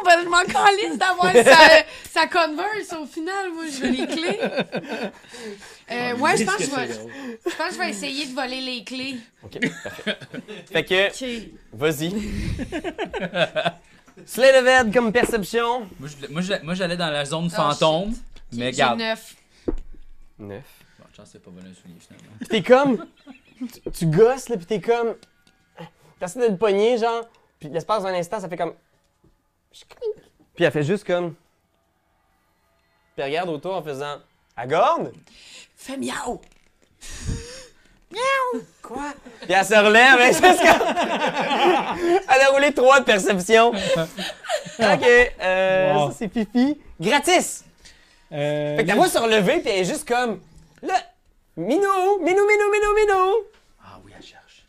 Speaker 4: ben, je m'en calisse d'avoir sa, sa Converse au final. Moi, je veux les clés.
Speaker 5: Ah,
Speaker 4: Euh, ouais, je pense, que je, vais, je pense que je vais essayer de voler les clés.
Speaker 3: Fait que,
Speaker 4: OK.
Speaker 3: vas-y. Slay the Ved comme perception.
Speaker 5: Moi, je voulais- moi, je- moi, j'allais dans la zone
Speaker 4: Oh,
Speaker 5: fantôme, mais
Speaker 4: J'ai
Speaker 5: garde.
Speaker 4: neuf.
Speaker 3: 9.
Speaker 5: Bon, chance, c'est pas volé un soulier finalement.
Speaker 3: Pis t'es comme. tu, tu gosses, là, pis t'es comme. T'essaies de le pogner, genre. Pis l'espace d'un instant, ça fait comme. Puis elle fait juste comme. Puis elle regarde autour en faisant. Elle gorde?
Speaker 4: Fais miaou!
Speaker 3: Quoi? Puis elle se relève, hein, c'est ce que- Elle a roulé trois de perception. ok, euh,
Speaker 6: Wow.
Speaker 3: ça c'est Fifi. Gratis!
Speaker 6: Euh,
Speaker 3: Fait que la voix se relever, puis elle est juste comme. Là! Minou! Minou, minou, minou, minou!
Speaker 5: Ah oui, elle cherche.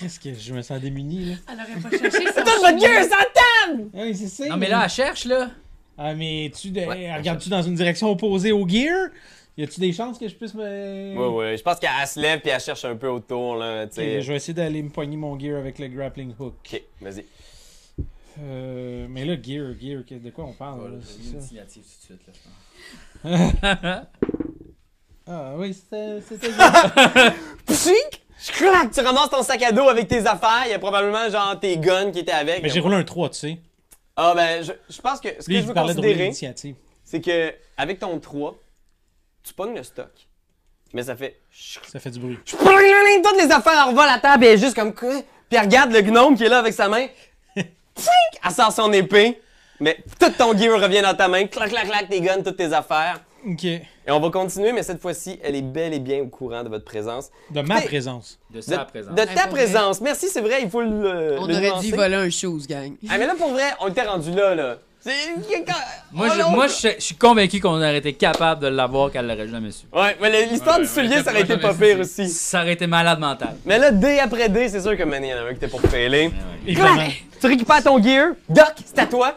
Speaker 6: Qu'est-ce que je me sens démuni, là.
Speaker 4: Elle aurait pas cherché ça.
Speaker 3: Toute votre gueule, ça
Speaker 6: Ah, oui, c'est ça.
Speaker 5: Non, mais là, elle cherche, là.
Speaker 6: Ah, mais tu. de- Regardes-tu dans une direction opposée au gear? Y a-tu des chances que je puisse me.
Speaker 3: Ouais, ouais, je pense qu'elle elle se lève puis elle cherche un peu autour, là, tu
Speaker 6: Ok,
Speaker 3: sais.
Speaker 6: je vais essayer d'aller me poigner mon gear avec le grappling hook.
Speaker 3: Ok, vas-y.
Speaker 6: Euh, mais là, gear, gear, qu'est- de quoi on parle? là, c'est ça?
Speaker 5: initiative tout de suite, là, je pense.
Speaker 6: Ah oui, c'était c'était gear.
Speaker 3: Pchic! Je claque! Tu ramasses ton sac à dos avec tes affaires, il y a probablement genre tes guns qui étaient avec.
Speaker 6: mais j'ai roulé un 3, tu sais.
Speaker 3: Ah, ben, je, je pense que ce que
Speaker 6: Lui,
Speaker 3: je
Speaker 6: il
Speaker 3: veux
Speaker 6: parlait de rouler
Speaker 3: considérer,
Speaker 6: l'initiative.
Speaker 3: c'est que avec ton 3, tu pognes le stock. Mais ça fait. Je
Speaker 6: Ça fait du bruit.
Speaker 3: pogne toutes les affaires, elle revole à table et elle est juste comme quoi? Puis elle regarde le gnome qui est là avec sa main. Pchic! Elle sort son épée, mais tout ton gear revient dans ta main. Clac, clac, clac, tes guns, toutes tes affaires.
Speaker 6: Ok.
Speaker 3: Et on va continuer, mais cette fois-ci, elle est bel et bien au courant de votre présence.
Speaker 6: De ma
Speaker 3: Écoutez,
Speaker 6: présence.
Speaker 5: De
Speaker 3: De,
Speaker 5: ça à présent.
Speaker 3: de
Speaker 4: Ouais,
Speaker 3: ta
Speaker 4: pour vrai.
Speaker 3: présence. Merci, c'est vrai, il faut le. euh,
Speaker 4: On
Speaker 3: le
Speaker 4: aurait
Speaker 3: nuancer.
Speaker 4: dû voler un shoes, gang.
Speaker 3: Ah, mais là, pour vrai, on était rendu là, là. C'est.
Speaker 5: Moi,
Speaker 3: Oh,
Speaker 5: je,
Speaker 3: non.
Speaker 5: moi je, je suis convaincu qu'on aurait été capable de l'avoir qu'elle l'aurait jamais su.
Speaker 3: Ouais, mais le- l'histoire
Speaker 7: Ouais,
Speaker 3: du
Speaker 7: ouais,
Speaker 3: soulier,
Speaker 7: ouais,
Speaker 3: ça aurait été
Speaker 7: ouais,
Speaker 3: pas
Speaker 7: ouais,
Speaker 3: pire aussi.
Speaker 5: Ça aurait été malade mental.
Speaker 3: Mais là, dé après dé, c'est sûr que Manny, il y en a un qui était pour failer.
Speaker 6: Évidemment.
Speaker 3: Tu récupères ton gear. Doc, c'est à toi.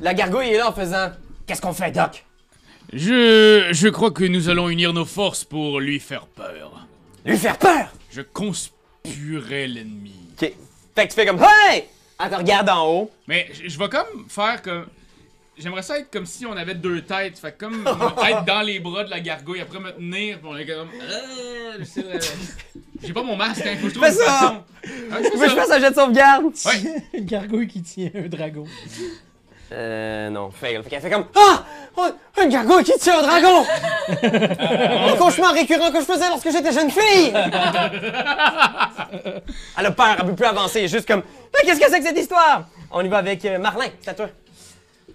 Speaker 3: La gargouille est là en faisant. Qu'est-ce qu'on fait, Doc?
Speaker 7: Je, je crois que nous allons unir nos forces pour lui faire peur.
Speaker 3: Lui faire peur!
Speaker 7: Je conspuerai l'ennemi.
Speaker 3: Ok. Fait que tu fais comme. Hey! Elle te regarde en haut.
Speaker 7: Mais je je vais comme faire comme. J'aimerais ça être comme si on avait deux têtes. Fait que comme me- être dans les bras de la gargouille, après me tenir, puis on est comme. Euh, je sais, euh, J'ai pas mon masque, hein, faut que je trouve
Speaker 3: Fais
Speaker 7: une
Speaker 3: ça!
Speaker 7: façon. Ah, je fais
Speaker 3: Tu veux que je
Speaker 7: ça.
Speaker 3: fasse un jet de sauvegarde?
Speaker 7: Ouais.
Speaker 6: Une gargouille qui tient un dragon.
Speaker 3: Euh, non, fail. Fait qu'elle fait comme Ah! Oh, une gargouille qui tient un dragon! un cauchemar récurrent que je faisais lorsque j'étais jeune fille! elle a peur, elle peut plus avancer, elle est juste comme Mais qu'est-ce que c'est que cette histoire? On y va avec euh, Marlin, c'est à toi.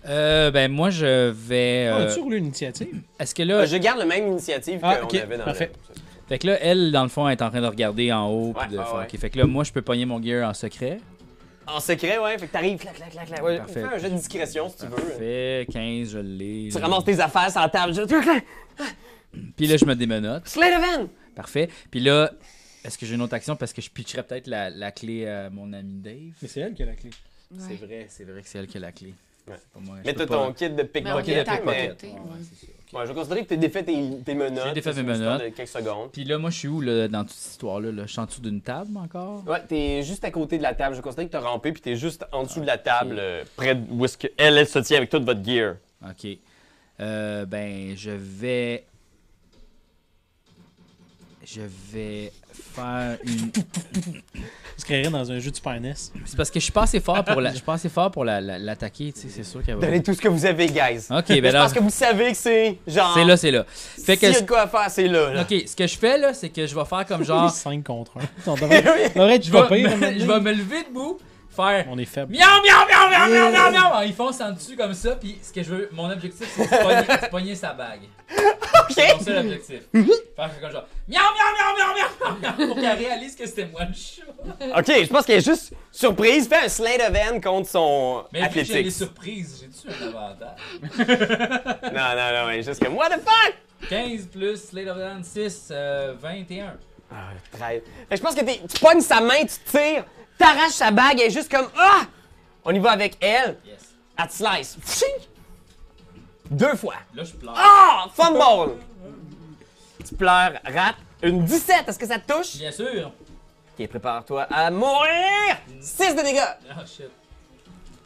Speaker 5: Euh, ben, moi, je vais.
Speaker 6: On
Speaker 5: euh,
Speaker 6: a-tu roulé l'initiative?
Speaker 5: Est-ce que
Speaker 3: Euh,
Speaker 5: là.
Speaker 3: je garde la même initiative
Speaker 6: Ah,
Speaker 3: qu'on
Speaker 6: ok,
Speaker 3: avait dans
Speaker 6: parfait.
Speaker 5: Fait que là, elle, dans le fond, elle est en train de regarder en haut. puis
Speaker 3: Ouais,
Speaker 5: de
Speaker 3: ouais,
Speaker 5: faire-
Speaker 3: ouais.
Speaker 5: ok, Fait que là, moi, je peux pogner mon gear en secret.
Speaker 3: la... En secret, ouais, fait que t'arrives, clac, clac, clac, clac. Ouais,
Speaker 5: Parfait.
Speaker 3: fais un jeu de discrétion si tu veux.
Speaker 5: Fait 15, je l'ai.
Speaker 3: Tu ramasses tes affaires sur la table, juste clac, clac,
Speaker 5: Puis là, je me démenote.
Speaker 3: Slay the van!
Speaker 5: Parfait. Puis là, est-ce que j'ai une autre action? Parce que je pitcherais peut-être la, la clé à mon ami Dave.
Speaker 6: Mais c'est elle qui a la clé.
Speaker 5: C'est vrai, c'est vrai que c'est elle qui a la clé.
Speaker 3: Ouais.
Speaker 5: C'est pas moi, je
Speaker 3: Mais
Speaker 5: peux
Speaker 3: t'as
Speaker 5: pas-
Speaker 3: ton kit de
Speaker 4: Mais on
Speaker 5: Ok,
Speaker 4: est
Speaker 5: la
Speaker 3: pickpocket.
Speaker 4: à
Speaker 5: pickpocket.
Speaker 4: côté.
Speaker 5: Ouais,
Speaker 4: ouais.
Speaker 5: c'est ça, ok.
Speaker 3: Ouais, je vais considérer que t'as défait tes, tes menottes.
Speaker 5: J'ai défait
Speaker 3: c'est
Speaker 5: mes
Speaker 3: une histoire
Speaker 5: menottes.
Speaker 3: de quelques secondes.
Speaker 5: Puis là, moi, je suis où là, dans toute cette histoire-là? là? Je suis en dessous d'une table encore?
Speaker 3: Ouais, t'es juste à côté de la table. Je considère que t'as rampé, puis t'es juste en dessous de la table, euh, près de où est-ce que elle, elle se tient avec toute votre gear.
Speaker 5: Ok. Euh, ben, je vais. Je vais faire une.
Speaker 6: Tu créerais dans un jeu du Super NES.
Speaker 5: C'est parce que je suis pas assez fort pour la. Je suis pas assez fort pour la- la- l'attaquer, tu sais, c'est sûr qu'elle va.
Speaker 3: Donnez tout ce que vous avez, guys.
Speaker 5: Ok,
Speaker 3: Mais
Speaker 5: ben
Speaker 3: je
Speaker 5: là.
Speaker 3: pense que vous savez que c'est genre.
Speaker 5: C'est là, c'est là. Fait
Speaker 3: S'il
Speaker 5: que.
Speaker 3: y a de quoi à faire, c'est là. là.
Speaker 5: Ok, ce que je fais là, c'est que je vais faire comme genre.
Speaker 6: 5 contre 1. On devrait, on devrait être
Speaker 5: Je
Speaker 6: pas
Speaker 5: vais,
Speaker 6: pire,
Speaker 5: me, je vais me lever debout, faire.
Speaker 6: On est faible.
Speaker 5: Miaou, miaou, miaou, miaou, miaou, miaou, miaou. Alors, Ils foncent en dessus comme ça, puis ce que je veux, mon objectif, c'est de pogner- de pogner sa bague. C'est mon seul objectif.
Speaker 6: Mm-hmm.
Speaker 5: Faire comme genre. Miaou, miaou, miaou, miaou, miaou, miaou, pour qu'elle réalise que c'était moi le chat.
Speaker 3: Ok, je pense qu'elle est juste surprise, fait un slide of hand contre son
Speaker 5: Mais vu que j'ai des
Speaker 3: athlétique.
Speaker 5: surprises, j'ai-tu un avantage?
Speaker 3: Non, non, non, elle est juste comme What the fuck!
Speaker 5: 15 plus Slate of the Hand 6, euh, 21.
Speaker 3: Ah, traîne. Fait que je pense que t'es- tu pognes sa main, tu tires, t'arraches sa bague, elle est juste comme Ah! On y va avec elle,
Speaker 5: Yes.
Speaker 3: elle te slice. Pshing! Deux fois.
Speaker 5: Là, je pleure.
Speaker 3: Ah! Fumble! tu pleures, rate. Une 17, est-ce que ça te touche?
Speaker 5: Bien sûr.
Speaker 3: Ok, prépare-toi à mourir! 6 de dégâts!
Speaker 5: Oh shit.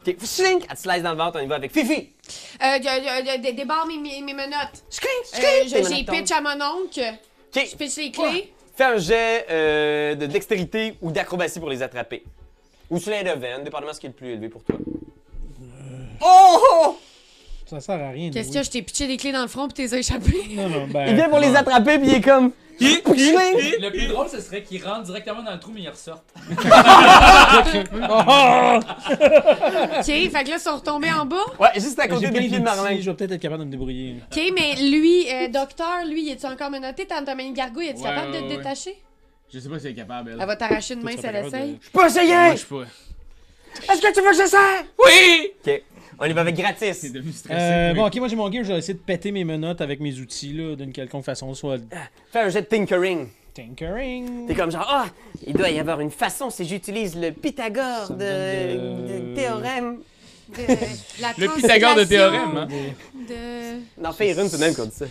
Speaker 3: Ok, pshing! Elle te slice dans le ventre, on y va avec Fifi!
Speaker 4: Euh, je- je- je dé- débarre mes, mes, mes menottes.
Speaker 3: Shkling,
Speaker 4: Euh,
Speaker 3: shkling!
Speaker 4: je-
Speaker 3: Tes
Speaker 4: j'ai
Speaker 3: monotones.
Speaker 4: pitch à mon oncle.
Speaker 3: Ok,
Speaker 4: Je pitch les clés.
Speaker 3: Fais un jet euh, de dextérité ou d'acrobatie pour les attraper. Ou slide of hand, dépendamment ce qui est le plus élevé pour toi. Oh! oh!
Speaker 6: Ça sert à rien.
Speaker 4: Qu'est-ce que
Speaker 6: Louis.
Speaker 4: je t'ai pitché des clés dans le front pis t'es échappé?
Speaker 6: Non, non, ben,
Speaker 3: Il vient pour les attraper, puis il est comme. Shling!
Speaker 5: Le plus drôle, ce serait qu'ils rentrent directement dans le trou, mais ils ressortent.
Speaker 6: Ah!
Speaker 4: OK, fait que là, ils sont retombés en bas.
Speaker 3: Ouais, juste à
Speaker 6: J'ai
Speaker 3: côté
Speaker 6: plein
Speaker 3: des pieds de
Speaker 6: d'outils,
Speaker 3: Marlin.
Speaker 6: Je vais peut-être être capable de me débrouiller.
Speaker 4: OK, mais lui, euh, docteur, lui, est tu encore menotté? T'as t'as mis une gargouille, est tu
Speaker 7: Ouais,
Speaker 4: capable de
Speaker 7: ouais,
Speaker 4: te
Speaker 7: ouais.
Speaker 4: détacher?
Speaker 7: Je sais pas si elle est capable, elle.
Speaker 3: Ah
Speaker 4: Elle
Speaker 3: bah,
Speaker 4: va t'arracher une main
Speaker 6: Tu
Speaker 4: si
Speaker 6: seras
Speaker 4: elle
Speaker 6: pas capable
Speaker 4: essaye.
Speaker 6: de-
Speaker 3: Je peux
Speaker 7: Moi,
Speaker 3: essayer!
Speaker 7: je suis pas.
Speaker 3: Est-ce que tu veux que j'essaie?
Speaker 7: Oui!
Speaker 3: Ok, on y va avec gratis.
Speaker 7: C'est devenu stressé.
Speaker 6: Euh,
Speaker 7: oui.
Speaker 6: bon, ok, moi j'ai mon game, je vais essayer de péter mes menottes avec mes outils là, d'une quelconque façon, soit le
Speaker 3: Fais un jet de tinkering. T'es
Speaker 6: tinkering.
Speaker 3: comme genre, ah, il doit y avoir une façon si j'utilise le Pythagore
Speaker 6: Ça me
Speaker 3: de...
Speaker 6: donne
Speaker 3: de
Speaker 6: de-
Speaker 3: théorème.
Speaker 4: De- Euh, la
Speaker 7: Le Pythagore de théorème, hein.
Speaker 4: De...
Speaker 3: Non, fais une, c'est même qu'on dit ça.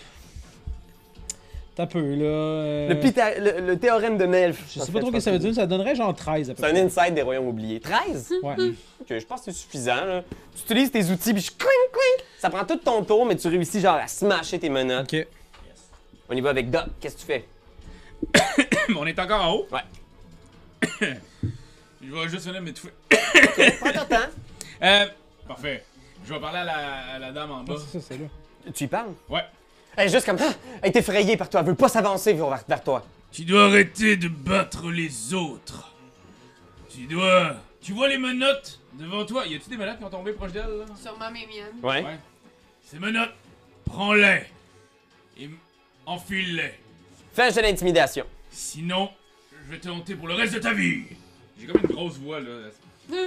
Speaker 6: T'as peu là. euh,
Speaker 3: Le, Pytha- le, le théorème de Nelf.
Speaker 6: Je
Speaker 3: en
Speaker 6: sais
Speaker 3: fait,
Speaker 6: pas trop ce que ça veut dire, ça donnerait genre 13 à peu
Speaker 3: C'est un Mm.
Speaker 6: près.
Speaker 3: insight des royaumes oubliés. 13?
Speaker 6: Ouais.
Speaker 3: Ok, je pense que c'est suffisant. Là. Tu utilises tes outils, puis je clink, clink. Ça prend tout ton tour, mais tu réussis genre à smasher tes menottes.
Speaker 6: Ok.
Speaker 3: On y va avec Doc. Qu'est-ce que tu fais?
Speaker 7: Mais On est encore en haut?
Speaker 3: Ouais.
Speaker 7: Je vais juste venir m'étouffer.
Speaker 3: Prends ton temps.
Speaker 7: Euh, parfait. Je vais parler à la, à la dame en bas.
Speaker 6: Ouais, C'est ça, c'est là.
Speaker 3: Tu y parles?
Speaker 7: Ouais.
Speaker 3: Elle est juste comme ah, Elle est effrayée par toi. Elle veut pas s'avancer vers, vers toi.
Speaker 7: Tu dois arrêter de battre les autres. Tu dois. Tu vois les menottes devant toi? Y a-tu des menottes qui ont tombé proche d'elle, là?
Speaker 4: Sûrement mes miennes.
Speaker 3: Ouais.
Speaker 7: Ouais. Ces menottes, prends-les. Et m- enfile-les.
Speaker 3: Fais un jeu d'intimidation.
Speaker 7: Sinon, je vais te hanter pour le reste de ta vie. J'ai comme une grosse voix, là.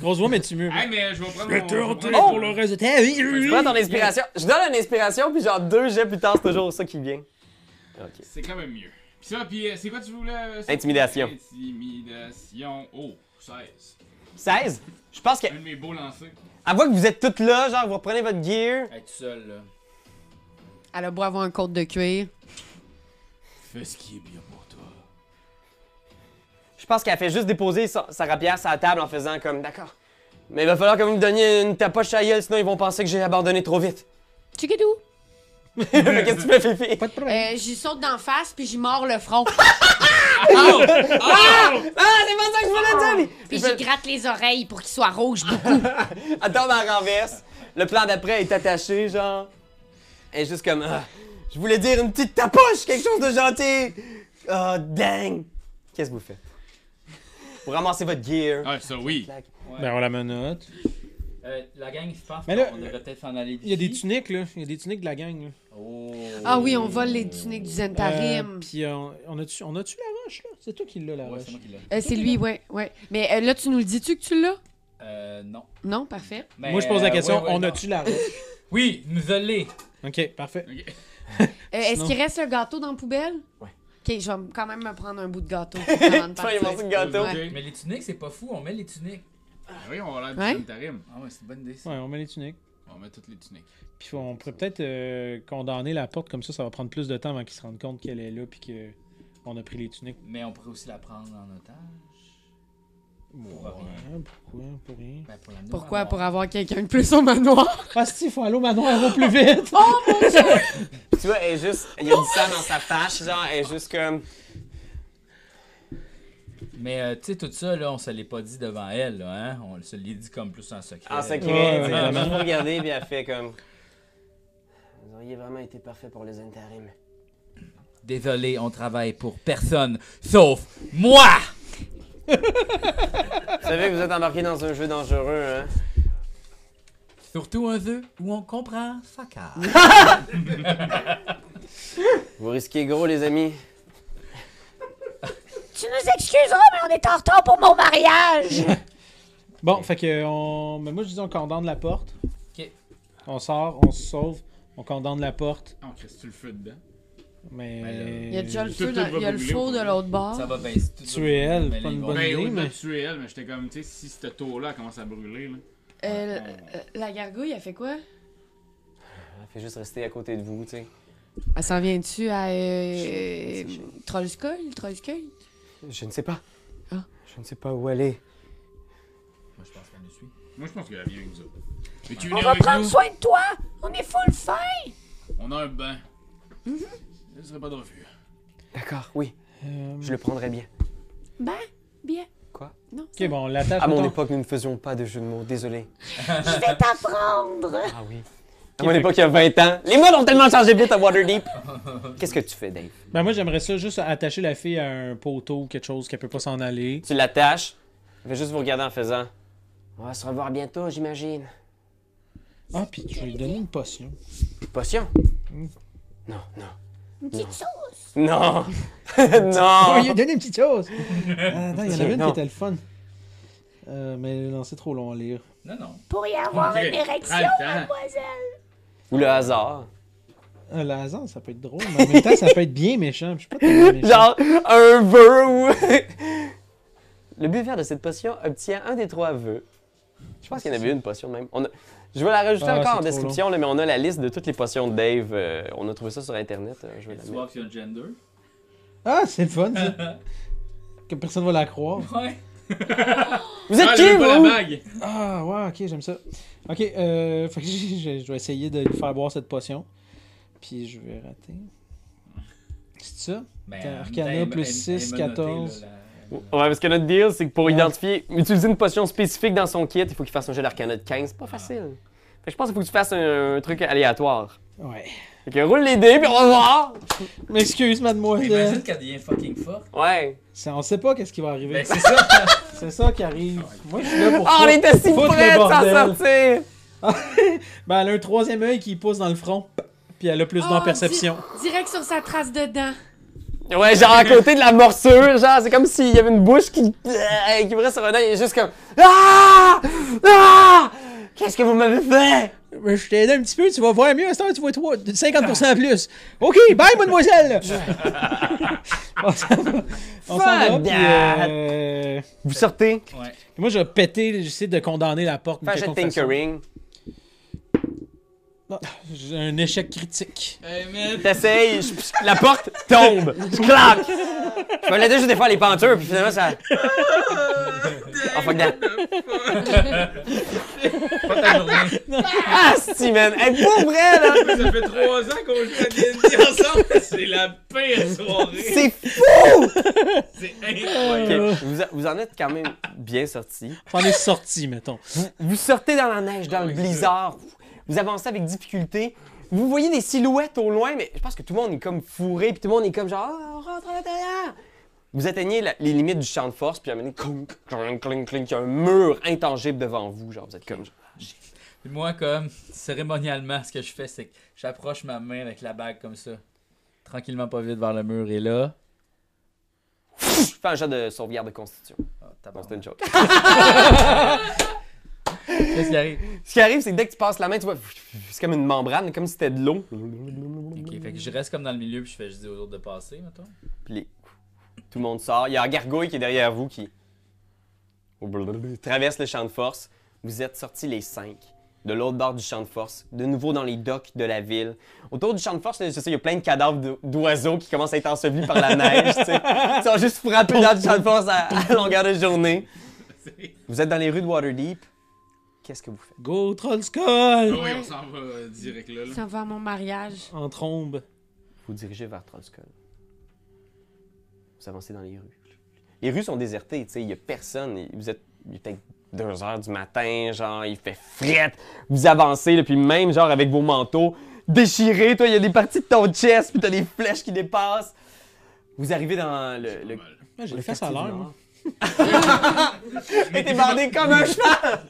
Speaker 6: Grosse voix, mais tu mûres.
Speaker 7: Hey, mais euh, je vais prendre. mon- Je vais prendre
Speaker 3: Oh!
Speaker 7: pour le reste.
Speaker 6: de ta vie.
Speaker 3: Prends ton inspiration. Je donne une inspiration, puis genre deux jets plus tard, c'est toujours ça qui vient. Ok.
Speaker 7: C'est quand même mieux. Pis ça, pis euh, c'est quoi tu voulais euh, ça?
Speaker 3: Intimidation.
Speaker 7: Intimidation. Oh, 16.
Speaker 3: 16. Je pense que.
Speaker 7: Un de mes beaux lancers.
Speaker 3: À voit que vous êtes toutes là, genre, vous reprenez votre gear.
Speaker 5: Être seul, là.
Speaker 4: Elle a beau avoir un côte de cuir.
Speaker 7: Fais ce qui est bien pour toi.
Speaker 3: Je pense qu'elle fait juste déposer sa, sa rapière sur la table en faisant comme d'accord. Mais il va falloir que vous me donniez une tapoche à gueule, sinon ils vont penser que j'ai abandonné trop vite.
Speaker 4: Tchikidou!
Speaker 3: Mais qu'est-ce que tu fais, Fifi?
Speaker 6: Pas de problème.
Speaker 4: Euh, j'y saute d'en face puis j'y mords le front.
Speaker 7: Ah!
Speaker 4: Ah!
Speaker 3: Ah, c'est pas ça que je voulais dire!
Speaker 4: puis
Speaker 3: Je
Speaker 4: j'y
Speaker 3: vais-
Speaker 4: gratte les oreilles pour qu'ils soient rouges.
Speaker 3: Elle tombe en renverse. Le plan d'après est attaché, genre. Elle est juste comme. Ah, je voulais dire une petite tapoche, quelque chose de gentil. Oh, dang! Qu'est-ce que vous faites? Vous ramassez votre gear.
Speaker 7: Ah, ça oui.
Speaker 6: Ben, on la menotte.
Speaker 5: Euh, la gang, je pense
Speaker 6: Mais là,
Speaker 5: qu'on devrait peut-être s'en aller d'ici.
Speaker 6: Il y a des tuniques, là. Il y a des tuniques de la gang, là.
Speaker 5: Oh.
Speaker 4: ah oui, on vole les tuniques du
Speaker 6: Euh,
Speaker 4: Zentarim.
Speaker 6: Puis, euh, on a-tu on a-tu la roche, là C'est toi qui l'as, la
Speaker 5: Ouais,
Speaker 6: roche.
Speaker 5: c'est moi qui l'ai.
Speaker 4: Euh, c'est lui, ouais, ouais. Mais euh, là, tu nous le dis-tu que tu l'as?
Speaker 5: Euh, non.
Speaker 4: Non, parfait.
Speaker 5: Mais,
Speaker 6: moi, je pose la
Speaker 5: euh,
Speaker 6: question
Speaker 5: ouais, ouais,
Speaker 6: on
Speaker 5: non.
Speaker 6: a-tu la roche
Speaker 5: Oui, nous allons.
Speaker 6: Ok, parfait.
Speaker 4: Euh, est-ce
Speaker 6: Sinon-
Speaker 4: qu'il reste le gâteau dans la poubelle?
Speaker 3: Ouais.
Speaker 4: Ok, je vais m- quand même me prendre un bout de gâteau avant de
Speaker 3: Tu vas y
Speaker 4: partir.
Speaker 3: manger le gâteau.
Speaker 4: Ouais.
Speaker 7: Ok.
Speaker 5: Mais les tuniques, c'est pas fou, on met les tuniques.
Speaker 7: Ah Oui, on va l'air
Speaker 4: Ouais.
Speaker 7: du Santarim.
Speaker 5: Ah ouais, c'est une bonne idée. ça.
Speaker 6: Ouais, on met les tuniques.
Speaker 7: On met toutes les tuniques.
Speaker 6: Puis on pourrait peut-être euh, condamner la porte comme ça, ça va prendre plus de temps avant qu'ils se rendent compte qu'elle est là puis que on a pris les tuniques.
Speaker 5: Mais on pourrait aussi la prendre en otage.
Speaker 6: Ouais, pourquoi? Pour rien.
Speaker 5: Ben, pour l'amener au
Speaker 4: Pourquoi?
Speaker 5: manoir.
Speaker 4: Pour avoir quelqu'un de plus au manoir.
Speaker 6: Parce qu'il faut aller au manoir au plus vite.
Speaker 4: Oh!
Speaker 3: Tu vois, elle est juste. Il y a du sang dans sa tâche, genre, elle est juste comme.
Speaker 5: Mais euh, tu sais, tout ça, là, on se l'est pas dit devant elle, là, hein? On se l'est dit comme plus en secret.
Speaker 3: En secret,
Speaker 6: Ouais,
Speaker 3: tu sais,
Speaker 6: ouais,
Speaker 3: elle m'a
Speaker 6: ouais.
Speaker 3: juste regardé, puis elle fait comme. Vous auriez vraiment été parfait pour les intérims.
Speaker 5: Désolé, on travaille pour personne, sauf moi!
Speaker 3: Vous savez que vous êtes embarqué dans un jeu dangereux, hein?
Speaker 5: Surtout un jeu où on comprend sa carte.
Speaker 3: Vous risquez gros, les amis.
Speaker 8: Tu nous excuseras, mais on est en retard pour mon mariage.
Speaker 6: Bon, fait que on. Mais moi je dis on condamne la porte.
Speaker 5: Ok.
Speaker 6: On sort, on se sauve, on condamne la porte.
Speaker 7: Ah, Christ, tu le feu dedans.
Speaker 6: Mais.
Speaker 5: Mais Ben, là-
Speaker 4: Il y a déjà le
Speaker 7: Tout,
Speaker 4: feu,
Speaker 7: tout
Speaker 4: dans-
Speaker 7: va
Speaker 4: il y a le
Speaker 7: brûler au
Speaker 4: four de
Speaker 7: complet.
Speaker 4: l'autre bord.
Speaker 5: Ça va bien. c'est tout-
Speaker 6: Tuer elle,
Speaker 5: Mais
Speaker 6: pas une
Speaker 5: là, ils vont-
Speaker 6: bonne-
Speaker 7: Ben,
Speaker 6: idée,
Speaker 7: au-delà
Speaker 6: mais-
Speaker 7: de tuer elle, mais j'étais comme, tu sais, si cette tour-là elle commence à brûler, là.
Speaker 4: Euh, euh, la gargouille, elle fait quoi?
Speaker 3: Elle fait juste rester à côté de vous, tu sais.
Speaker 4: Elle s'en vient-tu à euh,
Speaker 3: C'est chaud.
Speaker 4: Trollskull? Trollskull?
Speaker 3: Je ne sais pas.
Speaker 4: Ah.
Speaker 3: Je ne sais pas où aller.
Speaker 5: Moi, je pense qu'on nous suit.
Speaker 7: Moi, je pense qu'elle vient avec nous autres. Mais tu
Speaker 8: On
Speaker 7: viens
Speaker 8: va
Speaker 7: avec
Speaker 8: prendre
Speaker 7: nous?
Speaker 8: soin de toi. On est full fin.
Speaker 7: On a un bain. Ce serait pas de refus.
Speaker 3: D'accord, oui.
Speaker 6: Euh,
Speaker 3: Je le prendrai bien.
Speaker 4: Ben, bien.
Speaker 3: Quoi?
Speaker 4: Non. ça
Speaker 6: Ok, bon, on l'attache.
Speaker 3: À mon
Speaker 6: mettons.
Speaker 3: époque, nous ne faisions pas de jeux de mots, désolé.
Speaker 8: Je vais t'apprendre.
Speaker 3: Ah oui. À mon époque, il y a 20 ans, les modes ont tellement changé vite à Waterdeep. Qu'est-ce que tu fais, Dave?
Speaker 6: Ben moi j'aimerais ça juste attacher la fille à un poteau ou quelque chose qu'elle peut pas s'en aller.
Speaker 3: Tu l'attaches. Je vais juste vous regarder en faisant. On va se revoir bientôt, j'imagine.
Speaker 6: Ah, puis je vais lui donner une potion.
Speaker 3: Potion? Non, non.
Speaker 8: Une petite sauce.
Speaker 3: Non!
Speaker 6: Oh, il
Speaker 3: non!
Speaker 6: a donné une petite chose! Ah, non, il y en
Speaker 3: Tiens,
Speaker 6: avait une
Speaker 3: non.
Speaker 6: qui était le fun. Euh, mais non, c'est trop long à lire.
Speaker 5: Non, non.
Speaker 8: Pour y avoir
Speaker 7: Ok,
Speaker 8: une érection,
Speaker 7: prends le temps.
Speaker 8: mademoiselle.
Speaker 3: Ou le hasard.
Speaker 6: Un lasan, ça peut être drôle, mais en même temps, ça peut être bien méchant. puis Je suis pas tellement méchant.
Speaker 3: Genre, un vœu ou. le buveur de cette potion obtient un des trois vœux. Je pense qu'il y en avait une potion de même. On a- Je vais la rajouter
Speaker 6: Ah, c'est
Speaker 3: encore en
Speaker 6: trop
Speaker 3: description, là, mais on a la liste de toutes les potions de Dave. euh, on a trouvé ça sur Internet. euh, je vais la
Speaker 5: Tu
Speaker 3: mettre.
Speaker 5: vois qu'il y a un gender.
Speaker 6: Ah, c'est le fun, ça. que personne va la croire.
Speaker 5: Ouais.
Speaker 3: Vous êtes
Speaker 7: Ah, elle
Speaker 3: qui,
Speaker 7: veut pas la
Speaker 3: vous?
Speaker 7: bague!
Speaker 6: Ah, ouais, ok, j'aime ça. Ok, euh, fait que j'ai- j'ai- je vais essayer de lui faire boire cette potion. Puis je vais rater. C'est ça?
Speaker 5: Ben,
Speaker 6: T'as
Speaker 5: en même
Speaker 6: Arcana
Speaker 5: temps, elle-
Speaker 6: plus
Speaker 5: elle-
Speaker 6: six,
Speaker 5: elle m'a noté,
Speaker 6: 14.
Speaker 5: là, la-
Speaker 3: Ouais, parce que notre deal, c'est que pour
Speaker 6: Ouais.
Speaker 3: identifier, utiliser une potion spécifique dans son kit, il faut qu'il fasse un jeu d'arcana de 15. C'est
Speaker 6: Ah.
Speaker 3: pas facile. Fait que je pense qu'il faut que tu fasses un, un truc aléatoire.
Speaker 6: Ouais.
Speaker 3: Fait que roule les dés, puis on va voir!
Speaker 6: M'excuse,
Speaker 5: Imagine
Speaker 6: mademoiselle.
Speaker 5: qu'elle devient fucking forte.
Speaker 3: Ouais!
Speaker 6: Ça, on sait pas qu'est-ce qui va arriver.
Speaker 5: Ben, c'est ça.
Speaker 6: C'est ça qui arrive. Moi, je suis là pour.
Speaker 3: Oh, on
Speaker 6: ça.
Speaker 3: était si
Speaker 6: Foutre le
Speaker 3: près de s'en
Speaker 6: bordel.
Speaker 3: sortir!
Speaker 6: Ben, elle a un troisième œil qui pousse dans le front. Puis elle a plus
Speaker 4: Oh,
Speaker 6: dans perception.
Speaker 4: Direct sur sa trace dedans.
Speaker 3: Ouais, genre à côté de la morsure, genre, c'est comme s'il y avait une bouche qui, euh, qui ouvrait sur un œil et juste comme. Ah! Ah! Qu'est-ce que vous m'avez fait?
Speaker 6: Mais Je t'ai aidé un petit peu, tu vas voir mieux. À cette heure, tu vois trois- 50% plus. OK, bye, mademoiselle! on s'en va. On s'en va,
Speaker 3: Fuck
Speaker 6: puis,
Speaker 3: that.
Speaker 6: euh, puis
Speaker 3: Vous sortez,
Speaker 5: Ouais.
Speaker 6: moi, je vais péter, j'essaie de condamner la porte. d'une
Speaker 3: fais un jet de
Speaker 6: quelconque façon.
Speaker 3: tinkering.
Speaker 6: Non, J'ai un échec critique.
Speaker 7: Hey, man!
Speaker 3: T'essayes, je- je- la porte tombe. Clac! Je me l'ai déjà des fois les pentures, puis finalement ça. Oh fuck that.
Speaker 5: Pas ta journée.
Speaker 3: Ah, si, man! Hey, pour vrai, là!
Speaker 7: Ça fait trois ans qu'on joue à D&D ensemble! C'est la pire soirée!
Speaker 3: C'est fou!
Speaker 7: C'est incroyable!
Speaker 3: Ok, Vous, vous en êtes quand même bien sortis.
Speaker 6: J'en ai sorti, mettons.
Speaker 3: Vous sortez dans la neige, dans le blizzard. Vous avancez avec difficulté. Vous voyez des silhouettes au loin, mais je pense que tout le monde est comme fourré, puis tout le monde est comme genre, Ah, on rentre à l'intérieur. Vous atteignez la- les limites du champ de force, puis à un moment donné, clink, clink, clink, clink, il y a un mur intangible devant vous. Genre, vous êtes comme. genre,
Speaker 5: Puis Moi, comme, cérémonialement, ce que je fais, c'est que j'approche ma main avec la bague comme ça. Tranquillement, pas vite vers le mur. Et là.
Speaker 3: Je fais un genre de sauvegarde de constitution.
Speaker 5: Oh,
Speaker 3: Bon,
Speaker 5: tabarnak.
Speaker 3: c'était une joke.
Speaker 5: Qu'est-ce qui arrive?
Speaker 3: Ce qui arrive, c'est que dès que tu passes la main, tu vois, c'est comme une membrane, comme si c'était de l'eau.
Speaker 5: Ok, fait que je reste comme dans le milieu, puis je fais, je dis aux autres de passer, mettons.
Speaker 3: Puis les- tout le monde sort. Il y a un gargouille qui est derrière vous qui traverse le champ de force. Vous êtes sortis les cinq de l'autre bord du champ de force, de nouveau dans les docks de la ville. Autour du champ de force, là, je sais, il y a plein de cadavres d'o- d'oiseaux qui commencent à être ensevelis par la neige. tu sais. Ils sont juste frappés dans le champ de force à, à longueur de journée.
Speaker 7: sais.
Speaker 3: Vous êtes dans les rues de Waterdeep. Qu'est-ce que vous faites?
Speaker 6: Go Troll
Speaker 7: Ah
Speaker 6: Skull!
Speaker 7: oui, on s'en va euh, direct là. là.
Speaker 4: Ça va à mon mariage.
Speaker 6: En trombe.
Speaker 3: Vous dirigez vers Trollskull. Vous avancez dans les rues. Les rues sont désertées, tu sais, il n'y a personne. Vous êtes, il est peut-être 2 heures du matin, genre, il fait frette. Vous avancez, là, puis même, genre, avec vos manteaux déchirés, toi, il y a des parties de ton chest, puis t'as des flèches qui dépassent. Vous arrivez dans le. le...
Speaker 7: Mal.
Speaker 6: Moi, j'ai
Speaker 3: le
Speaker 6: les fesses à
Speaker 3: quartier du
Speaker 6: l'heure, moi.
Speaker 3: Nord. Et t'es bandé comme un cheval!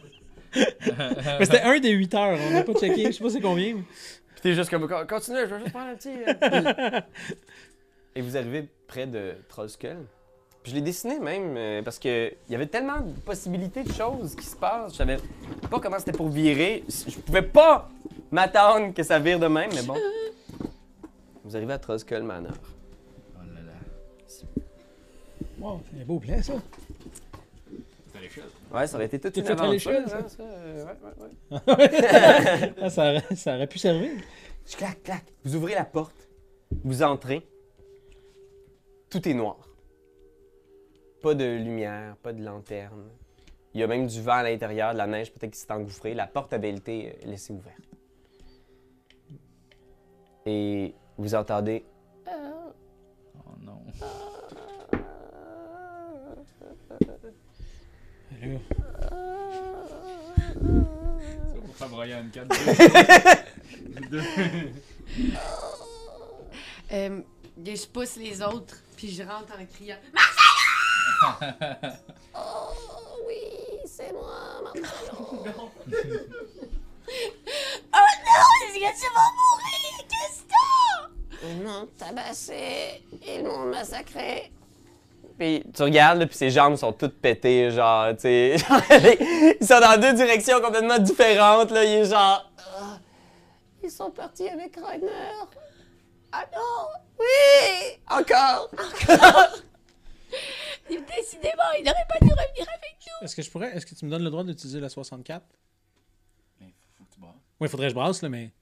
Speaker 6: Mais c'était un des 8 heures, on n'a pas checké, je sais pas c'est combien. mais-
Speaker 3: Puis t'es juste comme, continue, je vais juste prendre un petit. euh. Et vous arrivez près de Trollskull. Puis je l'ai dessiné même, euh, parce que il y avait tellement de possibilités de choses qui se passent. Je savais pas comment c'était pour virer. Je pouvais pas m'attendre que ça vire de même, mais bon. Vous arrivez à Trollskull Manor.
Speaker 5: Oh là là.
Speaker 6: Wow, c'est un beau plein, ça.
Speaker 7: C'est à l'échelle.
Speaker 3: Ouais, ça aurait été toute
Speaker 6: T'es
Speaker 3: une
Speaker 6: fait à
Speaker 3: aventure.
Speaker 6: l'échelle,
Speaker 3: hein, ça, euh, ouais, ouais, ouais.
Speaker 6: Ah, ça, aurait- ça aurait pu servir.
Speaker 3: Je clac, clac. Vous ouvrez la porte. Vous entrez. Tout est noir. Pas de lumière, pas de lanterne. Il y a même du vent à l'intérieur, de la neige peut-être qui s'est engouffrée. La porte avait été euh, laissée ouverte. Et vous entendez.
Speaker 5: Oh non.
Speaker 6: Alors,
Speaker 7: C'est pas pour faire broyer une carte. deux. Deux.
Speaker 4: Euh, je pousse les autres, puis je rentre en criant.
Speaker 8: Oui, c'est moi, maman.
Speaker 2: Oh, Est-ce que tu vas mourir? Qu'est-ce que
Speaker 8: Ils m'ont tabassé, ils m'ont massacré.
Speaker 3: Puis tu regardes, là, puis ses jambes sont toutes pétées, genre, tu sais. genre, Ils sont dans deux directions complètement différentes, là. Il est genre.
Speaker 8: Ils sont partis avec Rainer.
Speaker 3: Ah non! Oui! Encore!
Speaker 2: Décidément, il n'aurait pas dû revenir avec
Speaker 6: Est-ce que je pourrais. Est-ce que tu me donnes le droit d'utiliser la 64?
Speaker 5: Mais faut que tu bois.
Speaker 6: Oui, faudrait que je brasse, là, mais.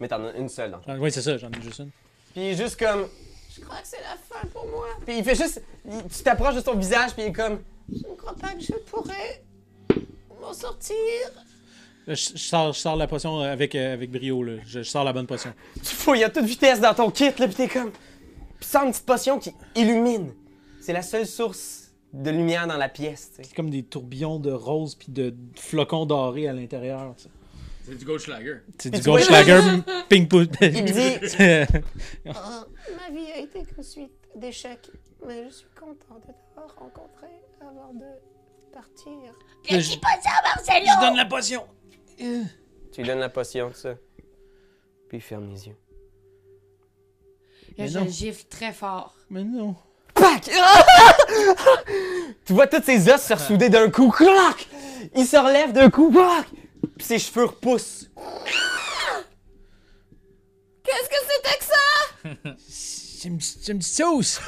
Speaker 3: Mais t'en as une seule, dans
Speaker 6: ah, Oui, c'est ça, j'en ai juste une.
Speaker 3: Puis il est juste comme.
Speaker 8: Je crois que c'est la fin pour moi.
Speaker 3: Puis il fait juste. il- tu t'approches de son visage, puis il est comme.
Speaker 8: Je ne crois pas que je pourrais m'en sortir.
Speaker 6: Là, Euh, Je, je sors, je sors la potion euh, avec, euh, avec brio, là. Je, je sors la bonne potion.
Speaker 3: Tu fouilles à toute vitesse dans ton kit, là, puis t'es comme. Puis sens une petite potion qui illumine. C'est la seule source de lumière dans la pièce, tu sais.
Speaker 6: C'est comme des tourbillons de roses puis de flocons dorés à l'intérieur. ça.
Speaker 7: C'est du Goldschlager.
Speaker 6: C'est du
Speaker 3: tu vois-
Speaker 6: Goldschlager ping pong.
Speaker 3: Il dit.
Speaker 8: Oh, ma vie a été que suite d'échecs, mais je suis content de t'avoir rencontré avant de partir.
Speaker 2: nous.
Speaker 6: Je-
Speaker 2: Dis pas ça, Marcelo!
Speaker 6: Je donne la potion.
Speaker 3: Tu lui donnes la potion, ça. Puis il ferme les yeux.
Speaker 6: Mais
Speaker 4: Là, je
Speaker 6: non.
Speaker 4: le gifle très fort.
Speaker 6: Mais non.
Speaker 3: Pac! tu vois toutes ses os se ressouder d'un coup. Clac! Il se relève d'un coup. Clac! Puis ses cheveux repoussent.
Speaker 2: Qu'est-ce que c'était que ça?
Speaker 6: C'est une, petite- c'est une petite sauce.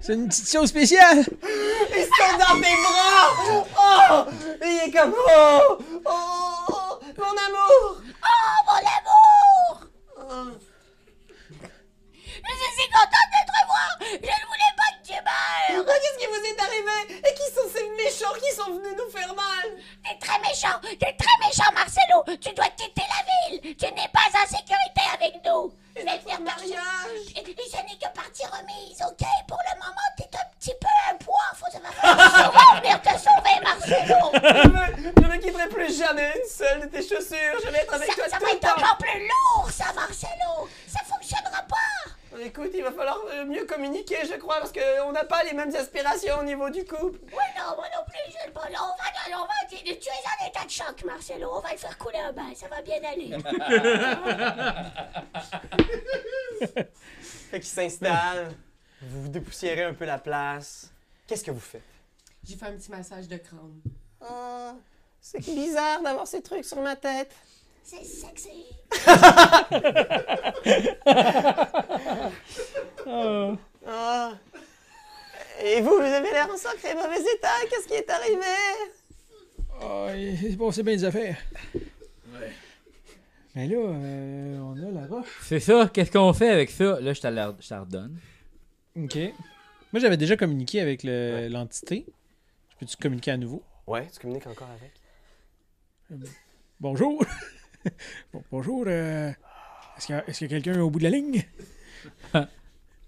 Speaker 6: c'est une petite sauce spéciale.
Speaker 3: Il se tombe dans tes bras! Oh! Il est comme. Oh! Oh! Mon amour!
Speaker 2: Oh, Je suis contente de te revoir! Je ne voulais pas que tu meures!
Speaker 3: Qu'est-ce qui vous est arrivé? Et qui sont ces méchants qui sont venus nous faire mal?
Speaker 2: T'es très méchant! T'es très méchant, Marcelo! Tu dois quitter la ville! Tu n'es pas en sécurité avec nous! Je vais venir mariage! Je je n'ai que partie remise, ok? Pour le moment, t'es un petit peu un poids! Faut savoir faut venir te sauver, Marcelo!
Speaker 3: Je me, je me quitterai plus jamais une seule de tes chaussures. Je vais être avec toi
Speaker 2: Ça, ça
Speaker 3: tout
Speaker 2: va
Speaker 3: le
Speaker 2: être encore
Speaker 3: temps.
Speaker 2: plus lourd, ça, Marcelo! Ça fonctionnera pas!
Speaker 3: Écoute, il va falloir euh, mieux communiquer, je crois, parce qu'on n'a pas les mêmes aspirations au niveau du couple.
Speaker 2: Ouais, non, moi non plus, je le prends. On va, on va, tu tu es en état de choc, Marcelo. On va le faire couler un bain, ça va bien aller.
Speaker 3: Fait qu'il s'installe. Vous vous dépoussiérez un peu la place. Qu'est-ce que vous faites?
Speaker 4: J'ai fait un petit massage de crâne.
Speaker 3: Oh, c'est bizarre d'avoir ces trucs sur ma tête.
Speaker 2: C'est sexy.
Speaker 3: Oh. Et vous, vous avez l'air en sacré mauvais état. Qu'est-ce qui est arrivé?
Speaker 6: Oh, c'est bon, c'est bien des affaires.
Speaker 7: Ouais.
Speaker 6: Mais là, euh, on a la roche.
Speaker 5: C'est ça, qu'est-ce qu'on fait avec ça? Là, je te la je te la redonne.
Speaker 6: Ok. Moi, j'avais déjà communiqué avec le- l'entité. Je peux-tu communiquer à nouveau?
Speaker 3: Ouais, tu communiques encore avec.
Speaker 6: Bonjour! Bon, bonjour, euh, est-ce qu'il y a, est-ce qu'il y a quelqu'un au bout de la ligne?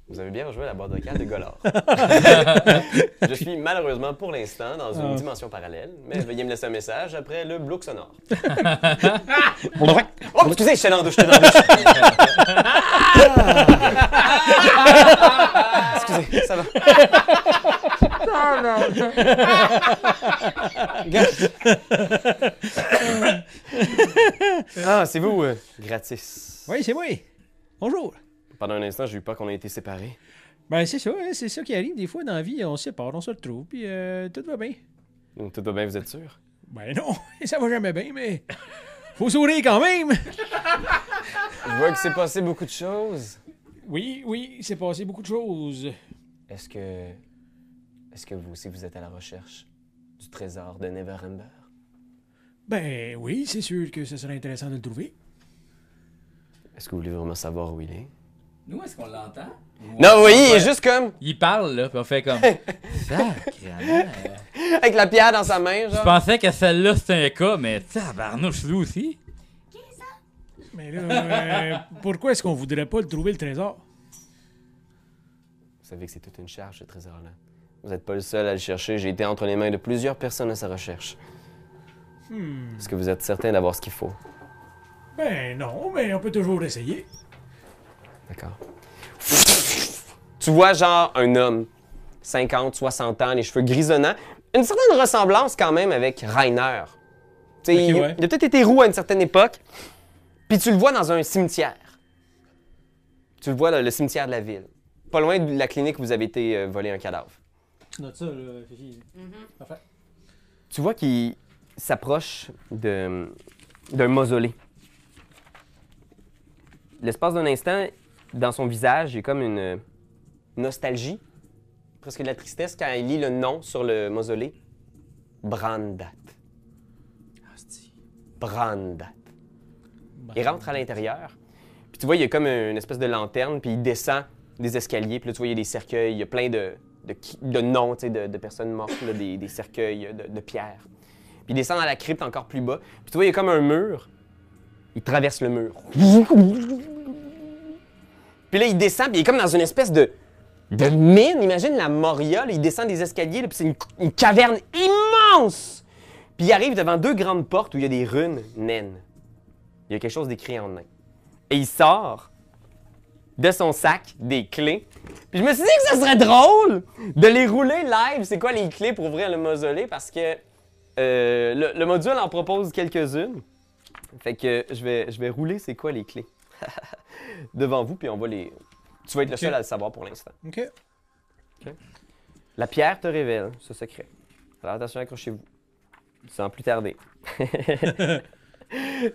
Speaker 3: Vous avez bien rejoué la boîte vocale de Golor. je suis malheureusement pour l'instant dans une
Speaker 6: Ah.
Speaker 3: dimension parallèle, mais veuillez me laisser un message après le bloc sonore.
Speaker 6: Bonjour!
Speaker 3: Oh, excusez, je suis dans la douche, je suis dans la douche. excusez, ça va. Ah, c'est vous, euh, gratis.
Speaker 6: Oui, c'est moi! Bonjour!
Speaker 3: Pendant un instant, j'ai eu peur qu'on ait été séparés.
Speaker 6: Ben, c'est ça, hein, c'est ça qui arrive. Des fois, dans la vie, on se sépare, on se retrouve, puis euh, tout va bien.
Speaker 3: Donc, tout va bien, vous êtes sûr?
Speaker 6: Ben non, ça va jamais bien, mais faut sourire quand même!
Speaker 3: Je vois que c'est passé beaucoup de choses.
Speaker 6: Oui, oui, c'est passé beaucoup de choses.
Speaker 3: Est-ce que. Est-ce que vous aussi vous êtes à la recherche du trésor de Neverember?
Speaker 6: Ben oui, c'est sûr que ce serait intéressant de le trouver.
Speaker 3: Est-ce que vous voulez vraiment savoir où il est?
Speaker 5: Nous, est-ce qu'on l'entend?
Speaker 3: Non, oui, il est juste comme.
Speaker 5: Il parle, là, puis on fait comme. Sacrément!
Speaker 3: Avec la pierre dans sa main,
Speaker 5: Je
Speaker 3: genre.
Speaker 5: pensais que celle-là, c'était un cas, mais tabarnouche, nous aussi.
Speaker 6: Mais là, euh, pourquoi est-ce qu'on voudrait pas le trouver le trésor?
Speaker 3: Vous savez que c'est toute une charge, ce trésor-là. Vous n'êtes pas le seul à le chercher. J'ai été entre les mains de plusieurs personnes à sa recherche. Est-ce que vous êtes certain d'avoir ce qu'il faut?
Speaker 6: Ben non, mais on peut toujours essayer.
Speaker 3: D'accord. Tu vois, genre, un homme, 50, 60 ans, les cheveux grisonnants. Une certaine ressemblance, quand même, avec Rainer. Tu sais,
Speaker 6: Ok,
Speaker 3: il,
Speaker 6: ouais.
Speaker 3: il a peut-être été roux à une certaine époque. Puis tu le vois dans un cimetière. Tu le vois dans le cimetière de la ville. Pas loin de la clinique où vous avez été euh, voler un cadavre.
Speaker 6: Note ça, là, Fifi.
Speaker 3: Tu vois qu'il s'approche de- d'un mausolée. L'espace d'un instant, dans son visage, il y a comme une euh, nostalgie, presque de la tristesse quand il lit le nom sur le mausolée. Brandat. Brandat. Il rentre à l'intérieur, puis tu vois, il y a comme une espèce de lanterne, puis il descend des escaliers, puis là, tu vois, il y a des cercueils, il y a plein de, de, qui- de noms, tu sais, de, de personnes mortes, là, des, des cercueils de, de pierre. Puis il descend dans la crypte encore plus bas, puis tu vois, il y a comme un mur. Il traverse le mur. Puis là, il descend, puis il est comme dans une espèce de, de mine. Imagine la Moria, là, il descend des escaliers, là, puis c'est une, une caverne immense! Puis il arrive devant deux grandes portes où il y a des runes naines. Il y a quelque chose d'écrit en nain. Et il sort de son sac des clés. Puis je me suis dit que ça serait drôle de les rouler live. C'est quoi les clés pour ouvrir le mausolée? Parce que euh, le, le module en propose quelques-unes. Fait que je vais, je vais rouler c'est quoi les clés devant vous, puis on va les. Tu vas être le
Speaker 6: Ok.
Speaker 3: seul à le savoir pour l'instant.
Speaker 6: Ok.
Speaker 3: La pierre te révèle ce secret. Alors attention, accrochez-vous. Sans plus tarder.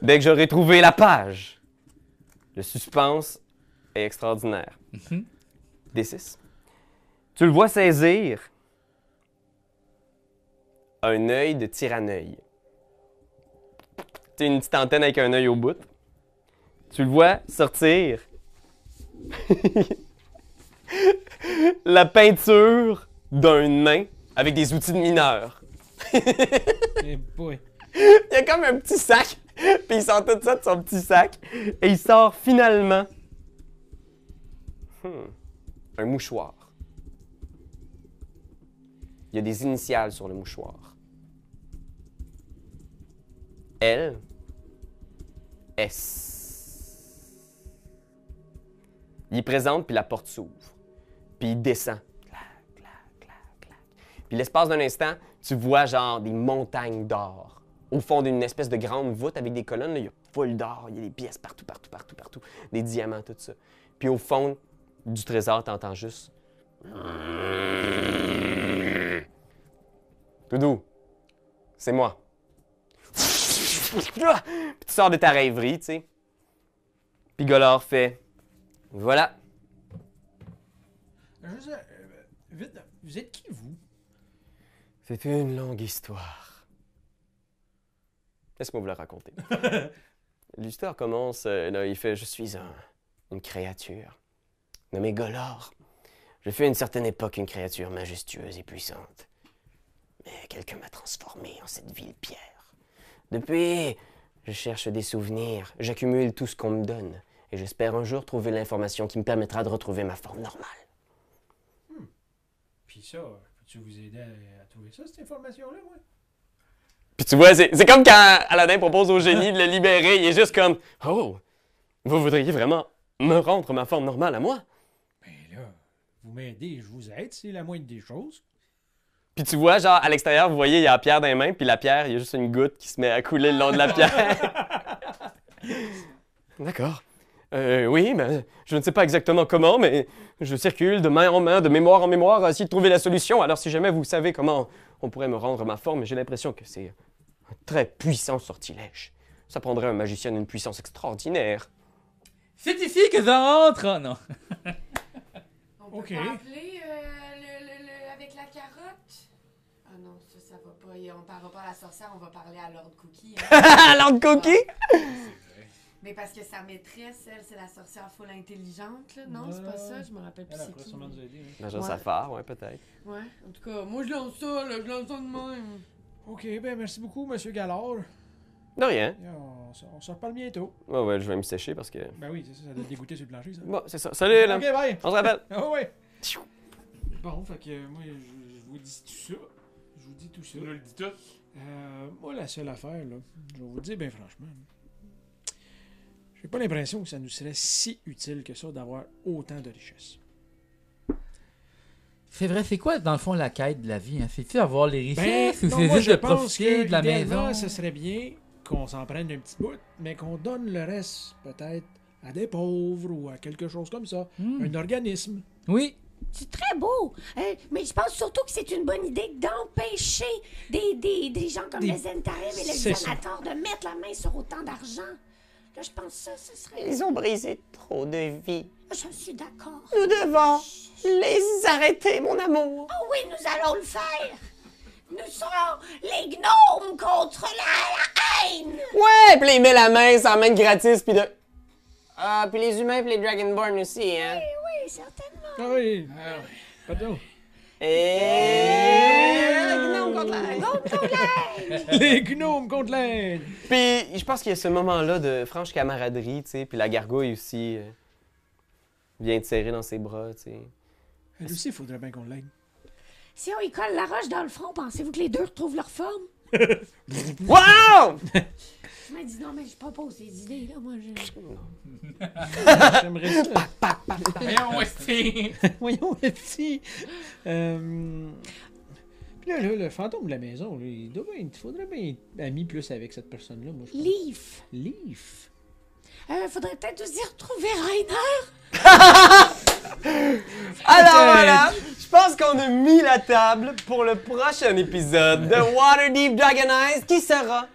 Speaker 3: Dès que j'aurai trouvé la page, le suspense est extraordinaire. D6. Tu le vois saisir un œil de tyranneuil. Tu une petite antenne avec un œil au bout. Tu le vois sortir la peinture d'un nain avec des outils de mineur.
Speaker 6: Eh boy.
Speaker 3: Il y a comme un petit sac, puis il sort tout ça de son petit sac, et il sort finalement hmm, un mouchoir. Il y a des initiales sur le mouchoir. L S. Il est présente, puis la porte s'ouvre. Puis il descend. Clac, clac, clac, clac. Puis l'espace d'un instant, tu vois genre des montagnes d'or. Au fond d'une espèce de grande voûte avec des colonnes, là, il y a full d'or, il y a des pièces partout, partout, partout, partout, des diamants, tout ça. Puis au fond du trésor, t'entends juste. Doudou, c'est moi. Puis tu sors de ta rêverie, tu sais. Puis Golor fait. Voilà.
Speaker 6: Juste, euh, vite, vous êtes qui, vous?
Speaker 3: C'est une longue histoire. Laisse-moi vous la raconter. L'histoire commence, euh, là, il fait Je suis un- une créature nommée Golor. Je fus à une certaine époque une créature majestueuse et puissante. Mais quelqu'un m'a transformé en cette ville pierre. Depuis, je cherche des souvenirs, j'accumule tout ce qu'on me donne, et j'espère un jour trouver l'information qui me permettra de retrouver ma forme normale.
Speaker 6: Puis ça, peux-tu vous aider à, à trouver ça, cette information-là, moi?
Speaker 3: Puis tu vois, c'est c'est comme quand Aladdin propose au génie de le libérer, il est juste comme Oh, vous voudriez vraiment me rendre ma forme normale à moi?
Speaker 6: Ben là, vous m'aidez, je vous aide, c'est la moindre des choses.
Speaker 3: Puis tu vois, genre, à l'extérieur, vous voyez, il y a la pierre dans les mains, puis la pierre, il y a juste une goutte qui se met à couler le long de la pierre. D'accord. Euh, oui, mais je ne sais pas exactement comment, mais je circule de main en main, de mémoire en mémoire, à essayer de trouver la solution. Alors, si jamais vous savez comment on pourrait me rendre ma forme, j'ai l'impression que c'est un très puissant sortilège. Ça prendrait un magicien d'une puissance extraordinaire.
Speaker 5: C'est ici que ça rentre! Ah, non.
Speaker 4: On
Speaker 6: peut Ok.
Speaker 4: peut
Speaker 6: pas
Speaker 4: appeler euh, avec la carotte? Ah non, ça, ça va pas. Et On parlera pas à la sorcière, on va parler à Lord Cookie. hein.
Speaker 3: Alors, Cookie!
Speaker 4: Mais parce que sa maîtresse, elle, c'est la sorcière folle intelligente, là. Non, c'est pas ça, je me rappelle plus
Speaker 6: Elle,
Speaker 4: c'est
Speaker 6: après,
Speaker 4: qui.
Speaker 6: sûrement nous aider. hein.
Speaker 3: Major
Speaker 4: Ouais.
Speaker 3: Safar, ouais, peut-être.
Speaker 4: Ouais, en tout cas, moi, je lance ça, là, je lance ça de même.
Speaker 6: OK, ben merci beaucoup, Monsieur Gallard.
Speaker 3: De rien.
Speaker 6: Et On, se- on se reparle bientôt.
Speaker 3: Ouais, ouais, je vais me sécher parce que.
Speaker 6: Ben oui, c'est ça, ça doit te dégoûter sur le plancher, ça.
Speaker 3: Bon, c'est ça. Salut, là.
Speaker 6: OK, bye!
Speaker 3: On se rappelle.
Speaker 6: Ah ouais!
Speaker 3: Tchou.
Speaker 6: Bon, fait que euh, moi, je, je vous dis tout ça. Je vous dis tout ça.
Speaker 7: Tu nous le dis tout.
Speaker 6: Euh, moi, la seule affaire, là, je vais vous le dire bien franchement, là, j'ai pas l'impression que ça nous serait si utile que ça d'avoir autant de richesses.
Speaker 5: C'est vrai, c'est quoi dans le fond la quête de la vie? hein? C'est-tu avoir les richesses ou
Speaker 6: Ben, non,
Speaker 5: c'est
Speaker 6: moi,
Speaker 5: juste
Speaker 6: je
Speaker 5: de
Speaker 6: pense
Speaker 5: profiter
Speaker 6: que
Speaker 5: de la
Speaker 6: idéalement,
Speaker 5: maison?
Speaker 6: Ce serait bien qu'on s'en prenne un petit bout, mais qu'on donne le reste, peut-être, à des pauvres ou à quelque chose comme ça.
Speaker 5: Hmm.
Speaker 6: Un organisme.
Speaker 5: Oui,
Speaker 2: C'est très beau, Euh, mais je pense surtout que c'est une bonne idée d'empêcher des, des, des gens comme
Speaker 6: Des-
Speaker 2: les Zentarim et les
Speaker 6: C'est ça.
Speaker 2: Xanator de mettre la main sur autant d'argent. Là, je pense que ça, ce serait...
Speaker 9: Ils ont brisé trop de vies.
Speaker 2: Je suis d'accord.
Speaker 9: Nous devons les arrêter, mon amour.
Speaker 2: Oh oui, nous allons le faire. Nous serons les gnomes contre la, la haine. Eh
Speaker 3: Ouais, puis là, il met la main, ça main gratis, puis de. Ah, puis les humains, puis les Dragonborn aussi,
Speaker 2: Eh
Speaker 3: hein.
Speaker 2: oui, certainement.
Speaker 6: Ah oui! Pardon.
Speaker 3: Et.
Speaker 2: Gnomes contre la haine.
Speaker 6: Les gnomes contre l'aide!
Speaker 3: Puis je pense qu'il y a ce moment-là de franche camaraderie, tu sais, puis la gargouille aussi euh, vient te serrer dans ses bras, tu sais.
Speaker 6: Elle aussi, il faudrait bien qu'on l'aide.
Speaker 2: Si on y colle la roche dans le front, pensez-vous que les deux retrouvent leur forme?
Speaker 3: Wow!
Speaker 2: Je me dis non, mais je propose des idées, là, moi. Je...
Speaker 6: J'aimerais ça.
Speaker 7: Voyons, Westy!
Speaker 6: Voyons, le petit. Euh... Puis là, là, le fantôme de la maison, là, il, doit bien- il faudrait bien être ami plus avec cette personne-là, moi, je pense.
Speaker 2: Leaf.
Speaker 6: Leaf.
Speaker 2: Euh, faudrait peut-être aussi retrouver Rainer.
Speaker 3: Alors voilà, je pense qu'on a mis la table pour le prochain épisode de Waterdeep Dragon Eyes qui sera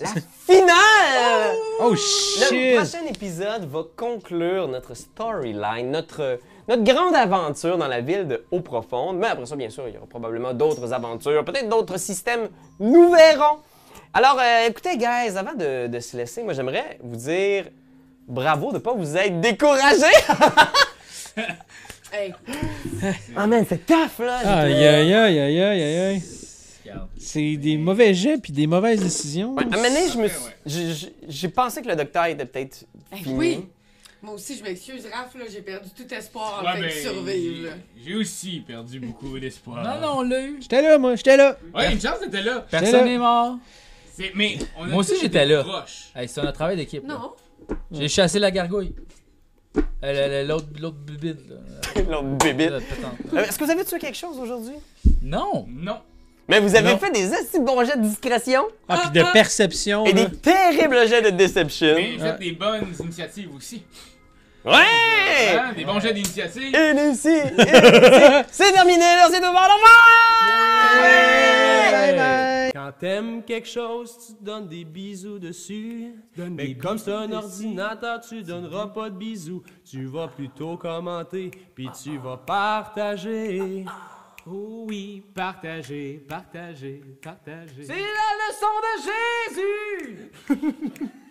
Speaker 3: la finale!
Speaker 6: Oh,
Speaker 3: Le
Speaker 6: shit!
Speaker 3: prochain épisode va conclure notre storyline, notre, notre grande aventure dans la ville de Haut-Profonde. Mais après ça, bien sûr, il y aura probablement d'autres aventures, peut-être d'autres systèmes. Nous verrons. Alors, euh, écoutez, guys, avant de, de se laisser, moi, j'aimerais vous dire bravo de ne pas vous être découragé.
Speaker 4: Hey,
Speaker 3: Ah, man, c'est tough, là.
Speaker 6: Ah,
Speaker 10: Aïe, aïe, aïe, aïe, aïe, aïe.
Speaker 5: Regarde.
Speaker 10: C'est des mauvais jets puis des mauvaises décisions.
Speaker 3: Ouais, à un moment donné, je me suis- j'ai- j'ai- j'ai pensé que le docteur était peut-être
Speaker 4: hey,
Speaker 3: fini.
Speaker 4: oui. Moi aussi, je m'excuse, Raph, là, j'ai perdu tout espoir en
Speaker 7: Ouais,
Speaker 4: Ah, fait de
Speaker 7: ben,
Speaker 4: survivre, là.
Speaker 7: J'ai aussi perdu beaucoup d'espoir.
Speaker 5: Non, non, on l'a eu.
Speaker 10: J'étais là, moi, j'étais là.
Speaker 7: Ouais, une chance, t'étais là.
Speaker 5: Personne
Speaker 10: là.
Speaker 5: n'est mort.
Speaker 7: C'est- Mais on a
Speaker 5: Moi aussi,
Speaker 7: tous
Speaker 5: j'étais
Speaker 7: été
Speaker 5: là.
Speaker 7: proches.
Speaker 5: Hey, c'est un travail d'équipe. là.
Speaker 4: Non.
Speaker 5: J'ai chassé la gargouille. Euh, le- le- L'autre l'autre bibite. là.
Speaker 3: L'autre bébite.
Speaker 5: Là, pétante.
Speaker 3: Euh, Est-ce que vous avez tué quelque chose aujourd'hui?
Speaker 5: Non!
Speaker 7: Non.
Speaker 3: Mais vous avez
Speaker 5: Non.
Speaker 3: fait des assez bons jets de discrétion
Speaker 10: Ah, puis de perception,
Speaker 3: et
Speaker 10: là.
Speaker 3: des terribles jets de deception.
Speaker 7: Mais faites des bonnes initiatives aussi.
Speaker 3: Ouais!
Speaker 7: Hein, des bons jets d'initiative.
Speaker 3: Une ici, une ici. C'est terminé, merci tout le monde, au revoir!
Speaker 9: Quand t'aimes quelque chose, tu donnes des bisous dessus. Mais comme c'est un ordinateur, tu donneras pas de bisous. Tu vas plutôt commenter, puis tu vas partager. Oh oui, partager, partager, partager.
Speaker 3: C'est la leçon de Jésus!